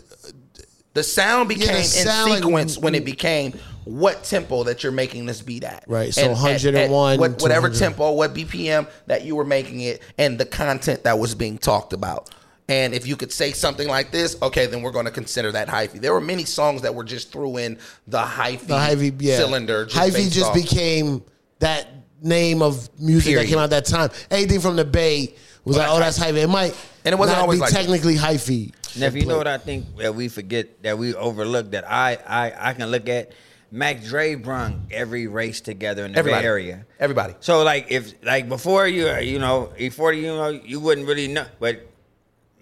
I: the sound
C: Yeah, the
I: became
C: sound,
I: in
C: like,
I: sequence when it became what tempo that you're making this beat at?
C: Right, so
I: And at-
C: 101,
I: at what- whatever
C: 200.
I: tempo, what BPM that you were making it, and the content that was being talked about. And if you could say something like this, okay, then we're going to consider that hyphy. There were many songs that were just threw in the hyphy,
C: The Hy-Vee, yeah.
I: cylinder. Just
C: Hy-Vee
I: based
C: just
I: off-
C: became that name of music that
I: Period.
C: came out that time. Anything from the Bay was like, oh, that's Hy-Vee. It might
I: And it wasn't
C: not
I: always
C: be
I: like that.
C: technically Hy-Vee.
E: Now, if you know what I think that we forget, that we overlook, that I I, I can look at, Mac Dre brung every race together in the
I: Everybody.
E: Bay Area.
I: Everybody.
E: So like if like before you uh, you know before you know you wouldn't really know, but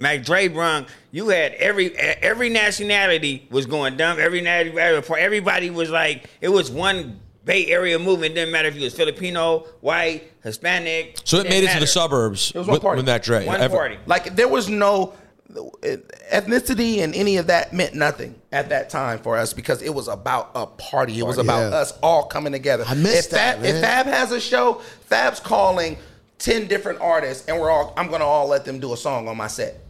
E: Mac Dre brung you had every e, every nationality was going dumb. Every nationality, everybody was like it was one. Bay Area movement didn't matter if you was Filipino, white, Hispanic.
H: So it
E: didn't
H: made it to
E: matter.
H: the suburbs
I: It was one
H: with,
I: party.
H: with Mac Dre.
E: One
H: Ever-
E: party.
I: Like there was no ethnicity and any of that meant nothing at that time for us because it was about a party. It was about
C: Yeah.
I: us all coming together.
C: I missed
I: if Fab,
C: that,
I: If
C: man.
I: Fab has a show, Fab's calling ten different artists, and we're all I'm gonna all let them do a song on my set,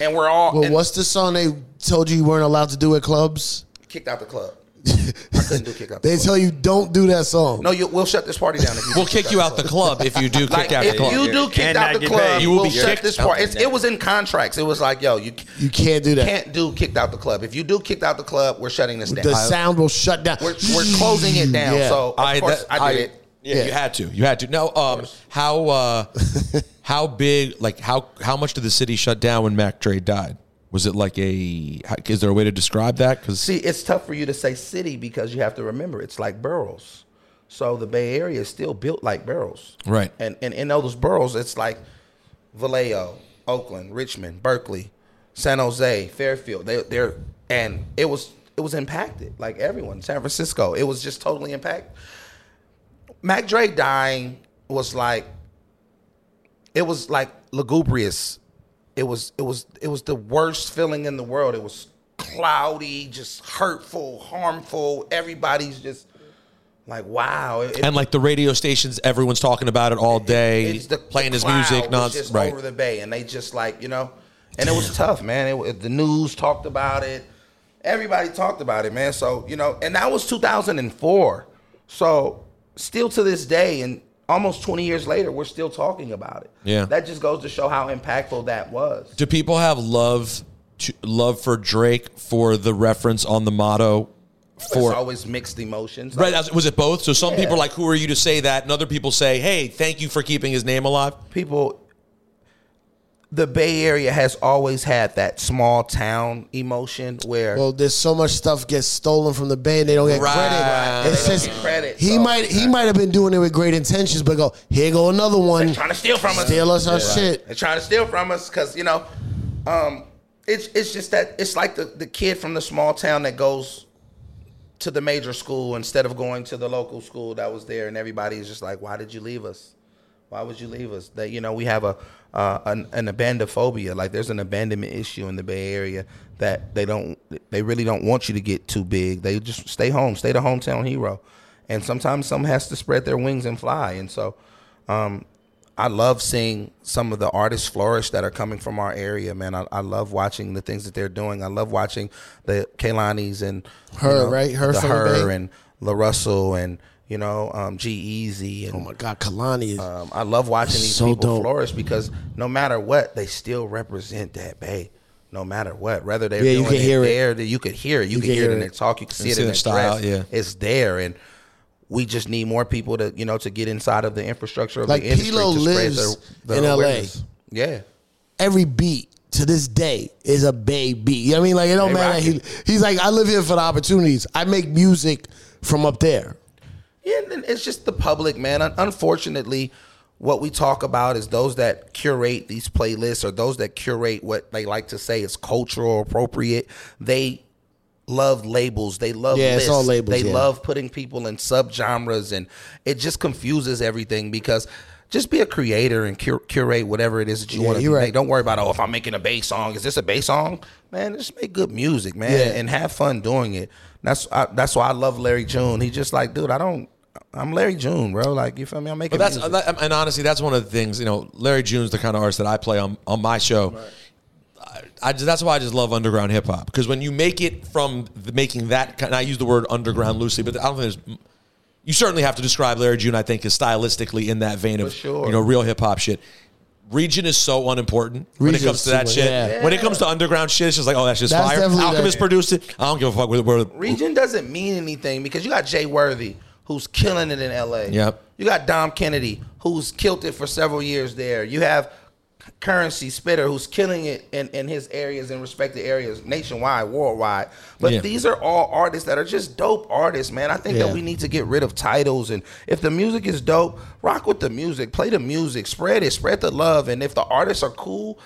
I: and we're all
C: Well,
I: and
C: what's the song they told you you weren't allowed to do at clubs?
I: kicked out the club. I couldn't do kick out. The
C: They
I: club.
C: tell you don't do that song.
I: no, you, we'll shut this party down. If you
H: We'll kick you out the club if you do kick
I: Like,
H: out the
I: if
H: club.
I: you do kick
E: And
I: out
E: not
I: the
E: get
I: club,
E: paid.
H: You will
I: we'll
H: be
I: shut
H: kicked
I: this
H: out.
I: party. It's- It was in contracts. It was like, yo, you
C: you can't do that.
I: can't do kicked out the club. If you do kicked out the club, we're shutting this down.
C: the sound will shut down.
I: we're, we're closing it down.
C: Yeah.
I: So of course
H: that-
I: I did it.
H: Yeah, you had to. You had to. No, um, how uh, how big? Like how how much did the city shut down when Mac Dre died? Was it like a? how- Is there a way to describe that? Because
I: See, it's tough for you to say city because you have to remember it's like boroughs. So the Bay Area is still built like boroughs.
H: Right.
I: And and in those boroughs, it's like Vallejo, Oakland, Richmond, Berkeley, San Jose, Fairfield. They they're and it was it was impacted like everyone. San Francisco, it was just totally impacted. Mac Dre dying was like it was like lugubrious. It was it was it was the worst feeling in the world. It was cloudy, just hurtful, harmful. Everybody's just like wow. It- it-
H: and like the radio stations, everyone's talking about it all day,
I: it's the-
H: playing
I: the
H: his
I: cloud
H: music.
I: was
H: Non-
I: just
H: right.
I: over the bay, and they just like you know, and it was tough, man. It, wa- the news talked about it. Everybody talked about it, man. So you know, and that was 2004. So still to this day, and almost 20 years later, we're still talking about it.
H: Yeah.
I: that just goes to show how impactful that was.
H: Do people have love to, love for Drake for the reference on the motto? For
I: it's always mixed emotions.
H: Right,
I: Like,
H: as- was it both? So some
I: Yeah.
H: people are like, "Who are you to say that?" And other people say, "Hey, thank you for keeping his name alive."
I: people the bay area has always had that small town emotion where
C: Well, there's so much stuff gets stolen from the band. They don't get
H: Right. Right.
C: credit. It's
I: They don't
C: just
I: get credit,
C: he
I: so-
C: might he might have been doing it with great intentions, but go here go another one.
I: they're trying to steal from us
C: Steal us our
I: They're
C: shit.
I: trying to steal from us because you know, um, it's it's just that it's like the the kid from the small town that goes to the major school instead of going to the local school that was there, and everybody is just like, "Why did you leave us? Why would you leave us?" That you know, we have a uh, an, an abandophobia. Like, there's an abandonment issue in the Bay Area that they don't, they really don't want you to get too big. They just stay home, stay the hometown hero, and sometimes some has to spread their wings and fly. And so, um, I love seeing some of the artists flourish that are coming from our area, man. I, I love watching the things that they're doing. I love watching the Kaylani's and you
C: Her, right? Her
I: the
C: from the
I: her
C: Bay?
I: and La Russell and you know um, G Easy and
C: Oh my God, Kalani is
I: um, I love watching these
C: So
I: people
C: dope.
I: flourish because no matter what, they still represent that bay. No matter what, whether they're
C: Yeah, you
I: doing
C: can
I: it
C: hear it.
I: there, you could hear it. You, can hear it in their talk. You can see it
H: see
I: in
H: their
I: their
H: style,
I: dress.
H: yeah.
I: it's there. And We just need more people to you know to get inside of the infrastructure of
C: Like,
I: the industry
C: Pilo
I: to spread
C: lives
I: the, the
C: in LA.
I: awareness. Yeah.
C: every beat to this day is a baby. You know what I mean? Like it don't
I: They
C: matter.
I: rock
C: He, he's like, I live here for the opportunities. I make music from up there.
I: Yeah, and then it's just the public, man. Un- Unfortunately, what we talk about is those that curate these playlists or those that curate what they like to say is cultural appropriate. They love labels. They love
C: Yeah, it's
I: lists.
C: all labels,
I: They
C: yeah.
I: love putting people in subgenres, and it just confuses everything because. Just be a creator and cur- curate whatever it is that you
C: Yeah,
I: want to
C: you're
I: do.
C: right.
I: Like, Don't worry about oh, if I'm making a bass song, is this a bass song? Man, just make good music, man,
C: Yeah.
I: and have fun doing it. That's I, that's why I love Larry June. He's just like, dude, I don't. I'm Larry June, bro. Like, you feel me? I'm making.
H: But that's uh,
I: music.
H: that, and honestly, that's one of the things. You know, Larry June's the kind of artist that I play on on my show. I, I just, that's why I just love underground hip hop because when you make it from the, making that, kind- and I use the word underground loosely, but I don't think there's. You certainly have to describe Larry June. I think is stylistically in that vein of
I: sure.
H: you know real hip hop shit. Region is so unimportant when it
C: Region's
H: comes to that
C: super-
H: shit.
C: yeah.
H: When it comes to underground shit, it's just like, oh, that's just
C: That's
H: fire.
C: definitely
H: Alchemist
C: that-
H: produced it. I don't give a fuck where, where
I: uh, Region doesn't mean anything because you got Jay Worthy, who's killing it in L.A.
H: Yep.
I: You got Dom Kennedy, who's killed it for several years there. You have Currency Spitter, who's killing it in, in his areas and respective areas nationwide, worldwide. But
H: Yeah.
I: these are all artists that are just dope artists, man. I think
C: Yeah.
I: that we need to get rid of titles. And if the music is dope, rock with the music, play the music, spread it, spread the love. And if the artists are cool,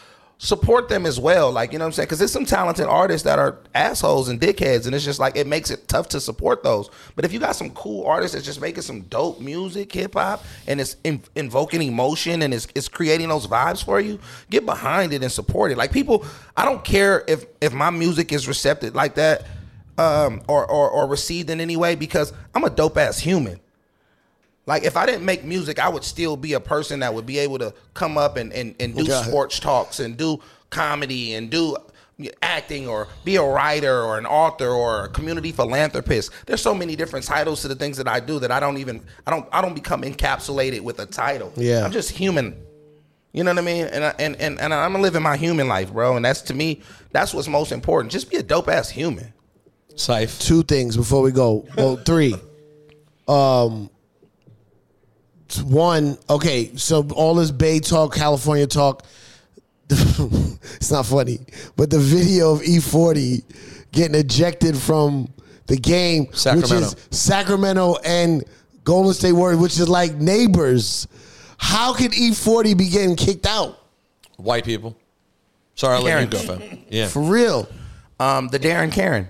I: support them as well. Like, you know what I'm saying? Because there's some talented artists that are assholes and dickheads. And it's just like, it makes it tough to support those. But if you got some cool artists that's just making some dope music, hip hop, and it's in- invoking emotion and it's, it's creating those vibes for you, get behind it and support it. Like, people, I don't care if, if my music is receptive like that um, or, or, or received in any way because I'm a dope ass human. Like if I didn't make music, I would still be a person that would be able to come up and and, and do
C: Yeah.
I: sports talks and do comedy and do acting or be a writer or an author or a community philanthropist. There's so many different titles to the things that I do that I don't even I don't I don't become encapsulated with a title.
C: Yeah.
I: I'm just human. You know what I mean? And I, and and and I'm living my human life, bro. And that's to me, that's what's most important. Just be a dope ass human.
H: Sife.
C: Two things before we go. Well, three. Um t- one, okay, so all this Bay talk, California talk. it's not funny. But the video of E40 getting ejected from the game, which
H: Sacramento.
C: is Sacramento and Golden State Warriors, which is like neighbors. How could E40 be getting kicked out?
H: White people. Sorry, I'll let you go, fam. Yeah.
C: For real.
I: um, the Darren Karen.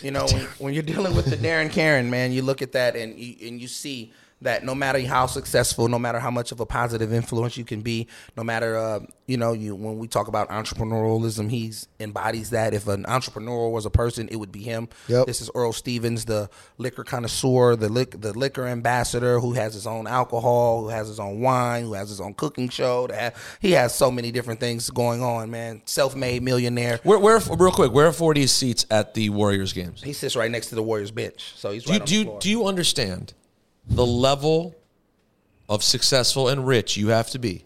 I: You know, when, when you're dealing with the Darren Karen, man, you look at that and you, and you see that no matter how successful, no matter how much of a positive influence you can be, no matter uh, you know, you when we talk about entrepreneurialism, he's embodies that. If an entrepreneur was a person, it would be him.
C: Yep.
I: This is Earl Stevens, the liquor connoisseur, the lick, the liquor ambassador, who has his own alcohol, who has his own wine, who has his own cooking show. that He has so many different things going on, man. Self-made millionaire.
H: Where, where, real quick, where are 40 seats at the Warriors games?
I: He sits right next to the Warriors bench, so he's
H: Do
I: right
H: you,
I: on
H: do,
I: the
H: you,
I: floor.
H: do you understand the level of successful and rich you have to be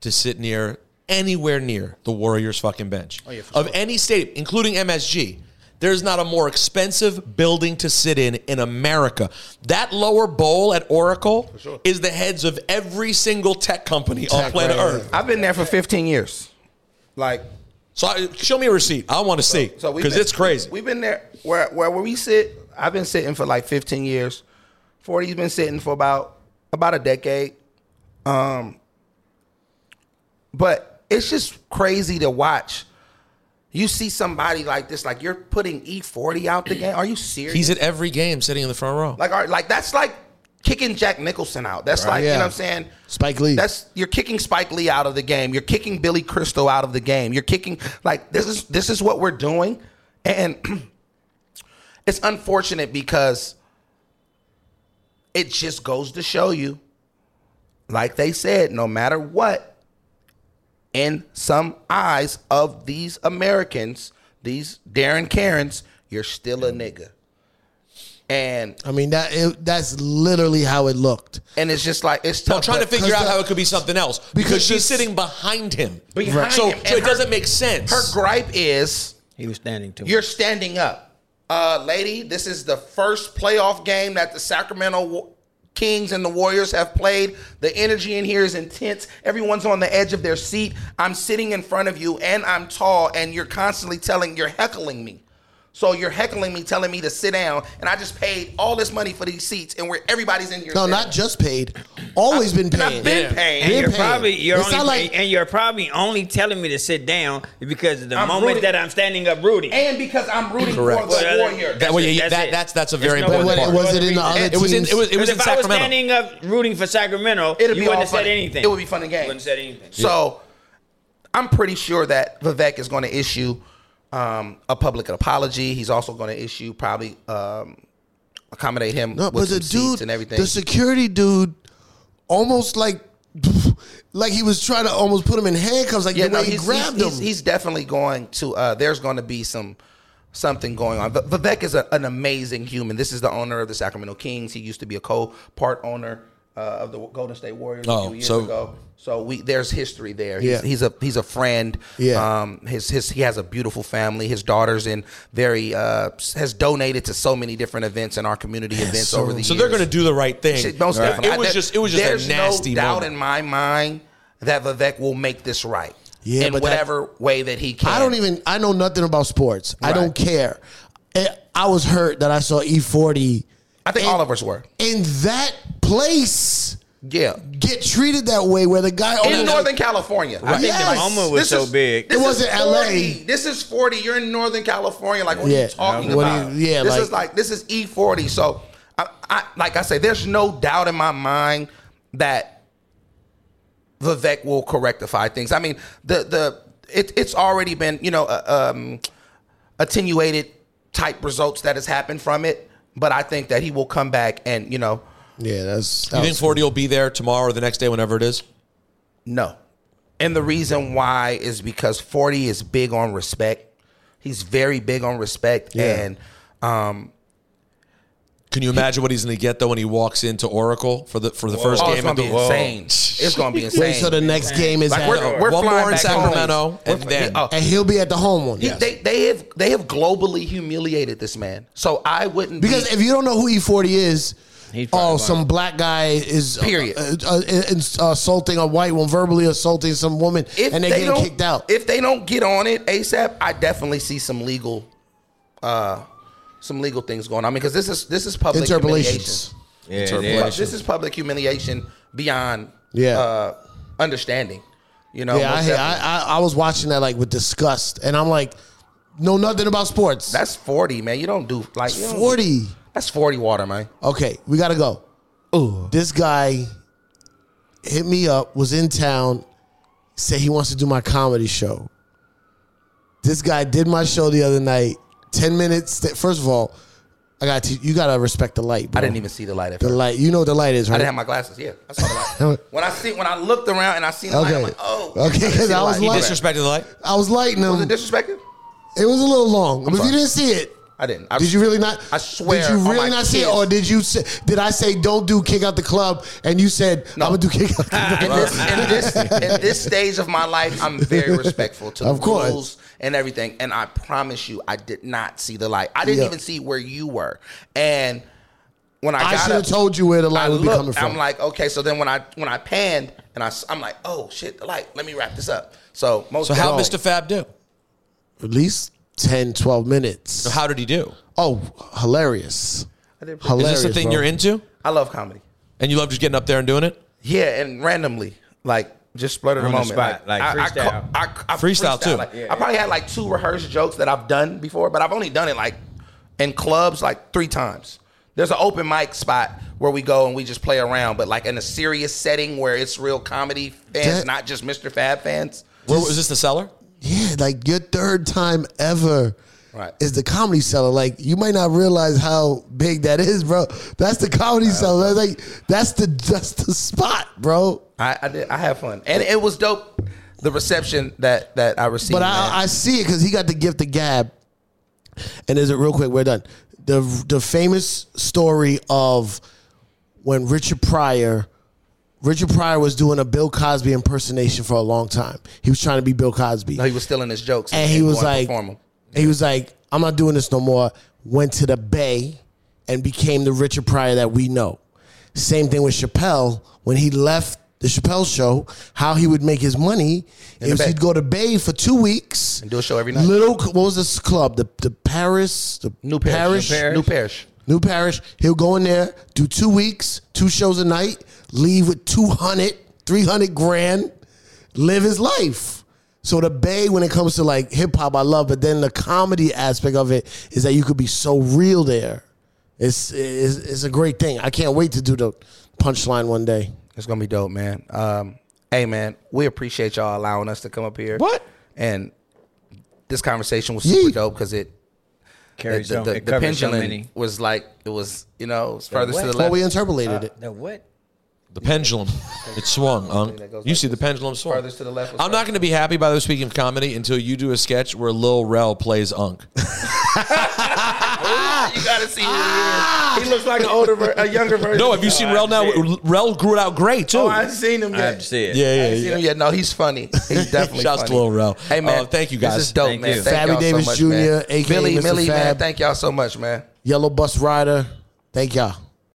H: to sit near anywhere near the Warriors fucking bench
I: Oh, yeah, for
H: of any stadium, including MSG? There's not a more expensive building to sit in in America. That lower bowl at Oracle is the heads of every single tech company on planet Earth.
I: I've been there for 15 years. Like,
H: So I, show me a receipt. I want to see
I: so we
H: because it's crazy.
I: We've been there where where where we sit. I've been sitting for like 15 years. 40's been sitting for about about a decade. Um, but it's just crazy to watch. You see somebody like this, like you're putting E40 out the game. Are you serious?
H: He's at every game, sitting in the front row.
I: Like, are, like that's like kicking Jack Nicholson out. That's like you
C: Yeah.
I: know what I'm saying.
C: Spike Lee.
I: That's you're kicking Spike Lee out of the game. You're kicking Billy Crystal out of the game. You're kicking like this is this is what we're doing, and it's unfortunate because it just goes to show you, like they said, no matter what, in some eyes of these Americans, these Darren Karens, you're still a nigga. And
C: I mean that it, that's literally how it looked.
I: and it's just like it's tough.
H: No, I'm trying to
I: but
H: figure out
C: the-
H: how it could be something else because,
C: because
H: she's
C: this-
H: sitting behind him.
I: Behind
H: so,
I: him,
H: so
I: and
H: it
I: her-
H: doesn't make sense.
I: Her gripe is
E: He was standing too.
I: you're standing up. Uh, lady, this is the first playoff game that the Sacramento Wa- Kings and the Warriors have played. The energy in here is intense. Everyone's on the edge of their seat. I'm sitting in front of you and I'm tall, and you're constantly telling, you're heckling me. So you're heckling me, telling me to sit down, and I just paid all this money for these seats, and where everybody's in here.
C: No,
I: sitting.
C: not just paid. Always been paid.
I: I've been paying.
E: And
C: Been
E: you're
C: paying.
E: probably you're
C: It's
E: only
C: not like-
E: and you're probably only telling me to sit down because the
I: I'm
E: moment
I: rooting-
E: that I'm standing up rooting.
I: and because I'm rooting
H: Correct.
I: for the
E: Well,
I: Warrior.
H: That, well, yeah, yeah,
E: That's
H: that,
E: it.
H: that's that's a
E: There's
H: very
E: no
C: But
H: important
E: other
C: what,
H: part.
C: was it in the other
H: It was in it was, it was in
E: if I was
H: Sacramento.
E: standing up rooting for Sacramento,
I: It'd
E: you
I: be all
E: wouldn't have said
I: funny.
E: anything.
I: It would be fun and games.
E: Wouldn't said anything.
I: So I'm pretty sure that Vivek is going to issue um, a public apology. He's also going to issue probably um, accommodate him
C: No,
I: with
C: but the
I: some seats
C: dude,
I: and everything.
C: the security dude, almost like, like he was trying to almost put him in handcuffs, like
I: yeah,
C: the way
I: no,
C: he
I: he's,
C: grabbed
I: he's, he's,
C: him.
I: he's definitely going to. Uh, there's going to be some something going on. But Vivek is a, an amazing human. This is the owner of the Sacramento Kings. He used to be a co-part owner uh, of the Golden State Warriors a
H: Oh,
I: few years
H: so-
I: ago. So we there's history there.
C: Yeah.
I: He's, he's a he's a friend.
C: Yeah.
I: Um, his his he has a beautiful family. His daughter's in very uh, has donated to so many different events in our community events
C: so-
I: over the years.
H: So they're going to do the right thing.
I: Shit, most
H: Right.
I: definitely.
H: It was
I: There-
H: just it was just
I: there's
H: a nasty
I: no doubt
H: moment.
I: in my mind that Vivek will make this right.
C: Yeah,
I: in
C: but that-
I: whatever way that he can.
C: I don't even. I know nothing about sports. I don't care. Eh, I was hurt that I saw E40
I: I think
C: And-
I: all of us were.
C: in that place
I: Yeah,
C: get treated that way, where the guy
I: in
C: almost-
I: Northern California. I think
C: Yes.
E: The moment was
I: this
E: so
I: is-
E: big.
I: This
C: It
I: is
C: wasn't LA.
I: 40. This is 40. You're in Northern California. Like, what are
C: Yeah.
I: you talking
C: What
I: about?
C: do you- yeah,
I: this
C: like-
I: is like, this is E40. So, I, I, like I say, there's no doubt in my mind that Vivek will correctify things. I mean, the, the, it, it's already been, you know, uh, um, attenuated type results that has happened from it. But I think that he will come back and, you know,
C: Yeah, that's. That
H: You think
C: was-
H: Forty will be there tomorrow or the next day, whenever it is?
I: No. And the reason why is because 40 is big on respect. He's very big on respect.
C: Yeah.
I: And um,
H: Can you imagine what he's going to get though when he walks into Oracle for the for the first
I: oh,
H: game?
I: it's going
H: of
I: to
H: the
I: be
H: Whoa.
I: insane. It's going to be insane.
C: Wait, so the next game is
I: Like,
C: at,
I: we're- we're
H: one
I: flying
H: more in
I: back home.
H: Sacramento, and
I: We're-
H: then
I: oh,
C: and he'll be at the home one.
I: he- they, they have they have globally humiliated this man. So I wouldn't
C: Because
I: be,
C: if you don't know who E40 is,
E: He's probably
C: oh,
E: black.
C: some black guy is uh,
I: Period.
C: uh, uh, ins- assaulting a white one, verbally assaulting some woman,
I: if
C: and they're
I: they
C: getting
I: don't-
C: kicked out.
I: If they don't get on it ASAP, I definitely see some legal uh some legal things going on. I mean, because this is this is public humiliation.
C: Interpolations.
E: Yeah,
H: Interpolation.
E: yeah.
I: But this is public humiliation beyond
C: Yeah.
I: uh, understanding. You know,
C: Yeah,
I: most
C: I,
I: Oh, definitely.
C: I, I I was watching that like with disgust, and I'm like, know nothing about sports.
I: that's forty, man. You don't do like you don't do-
C: 40.
I: That's forty water, man.
C: Okay, we gotta go. This guy hit me up, was in town, said he wants to do my comedy show. This guy did my show the other night. Ten minutes. th- First of all, I got to, you. Gotta respect the light. Bro.
I: I didn't even see the light. At
C: Oh. the
I: first.
C: light. You know what the light is, right?
I: I didn't have my glasses. Yeah, I saw the light. when I see when I looked around and I seen the light, I'm
C: Okay.
I: like, oh,
C: Okay,
I: didn't see
C: because
I: the
C: I was
I: light.
C: like-
H: disrespected the light.
C: I was lighting him.
I: was it disrespected?
C: it was a little long. But if you
I: sorry.
C: didn't see it,
I: I didn't. I,
C: did you really not?
I: I swear
C: Did you
I: on
C: really
I: my
C: not see it,
I: kids.
C: or did you? Say, did I say don't do kick out the club, and you said I'm gonna do kick out the
I: In
C: club?
I: this, in this in this stage of my life, I'm very respectful to the
C: Of course.
I: rules and everything. And I promise you, I did not see the light. I didn't
C: Yeah.
I: even see where you were. And when I,
C: I
I: got
C: should have
I: up-
C: told you where the light
I: I
C: would be
I: looked,
C: coming from.
I: I'm like, okay. So then when I when I panned and I am like, oh shit, the light. Let me wrap this up. So most
H: So how
I: definitely-
H: Mr. Fab do?
C: at least 10, 12 minutes.
H: So how did he do?
C: Oh, hilarious.
I: I did pretty-
H: Is
C: Hilarious.
H: this the thing
C: bro.
H: you're into?
I: I love comedy.
H: And you love just getting up there and doing it?
I: Yeah, and randomly, like just splutter the
E: On the
I: moment,
E: spot, like
I: I- I
E: freestyle.
I: co- I, I
H: Freestyle, too.
I: Like,
H: Yeah,
I: I probably had like two rehearsed jokes that I've done before, but I've only done it like in clubs like three times. There's an open mic spot where we go and we just play around, but like in a serious setting where it's real comedy fans,
C: That-
I: not just Mr. Fab fans.
H: Where was this the cellar?
C: Yeah, like your third time ever
I: Right.
C: is the comedy seller. Like you might not realize how big that is, bro. That's the comedy seller. That's like that's the that's the spot, bro.
I: I, I did. I had fun, and it was dope. The reception that that I received.
C: But I, I see it because he got the gift of gab. And is it real quick? We're done. The the famous story of when Richard Pryor, Richard Pryor was doing a Bill Cosby impersonation for a long time. He was trying to be Bill Cosby,
I: no, he was stealing his jokes,
C: and he was
I: wanted to
C: like,
I: perform 'em.
C: he was like, I'm not doing this no more. Went to the Bay and became the Richard Pryor that we know. Same thing with Chappelle when he left the Chappelle show. How he would make his money
I: the
C: is
I: Bay.
C: he'd go to Bay for two weeks
I: and do a show every night.
C: Little what was this club? The the Paris, the New Parish,
I: New parish.
C: New Parish. He'll go in there, do two weeks, two shows a night, leave with 200, 300 grand, live his life. So the Bay, when it comes to like hip hop, I love, but then the comedy aspect of it is that you could be so real there. It's it's, it's a great thing. I can't wait to do the punchline one day.
I: It's gonna be dope, man. Um, hey, man, we appreciate y'all allowing us to come up here.
H: What?
I: And this conversation was super
C: Yeet.
I: dope because it
E: Carries
I: the,
E: so-
I: the,
E: it
I: the
E: covers so
I: pendulum
E: many.
I: was like it was you know it's furthest to
E: what?
I: the
C: Well,
I: left.
C: Oh, we interpolated it.
E: The what?
H: The pendulum. It swung. Unc. you see the pendulum swung.
I: Furthest to the left was
H: I'm not going to be happy by the speaking of comedy until you do a sketch where Lil Rel plays Unc.
I: you gotta see who he is. He looks like an older, ver- a younger version.
H: Ah. No, have you seen Rel now? Rel grew it out great too.
I: Oh, I haven't seen him
E: I
I: yet.
E: have to see it.
H: yeah,
I: I
H: yeah,
I: ain't
H: yeah.
I: seen him yet. No, he's funny. He's definitely
H: Shouts to
I: funny.
H: Lil Rel.
I: Hey
H: Uh,
I: man,
H: thank you, guys.
I: This is dope,
E: Thank
I: man.
E: you.
I: Thank
C: Fabby
I: y'all
C: Davis
I: so much,
C: Jr.,
I: man.
C: aka
I: Billy,
C: Mr.
I: Millie, man.
C: Fab.
I: Thank y'all so much, man.
C: Yellow Bus Rider. Thank y'all.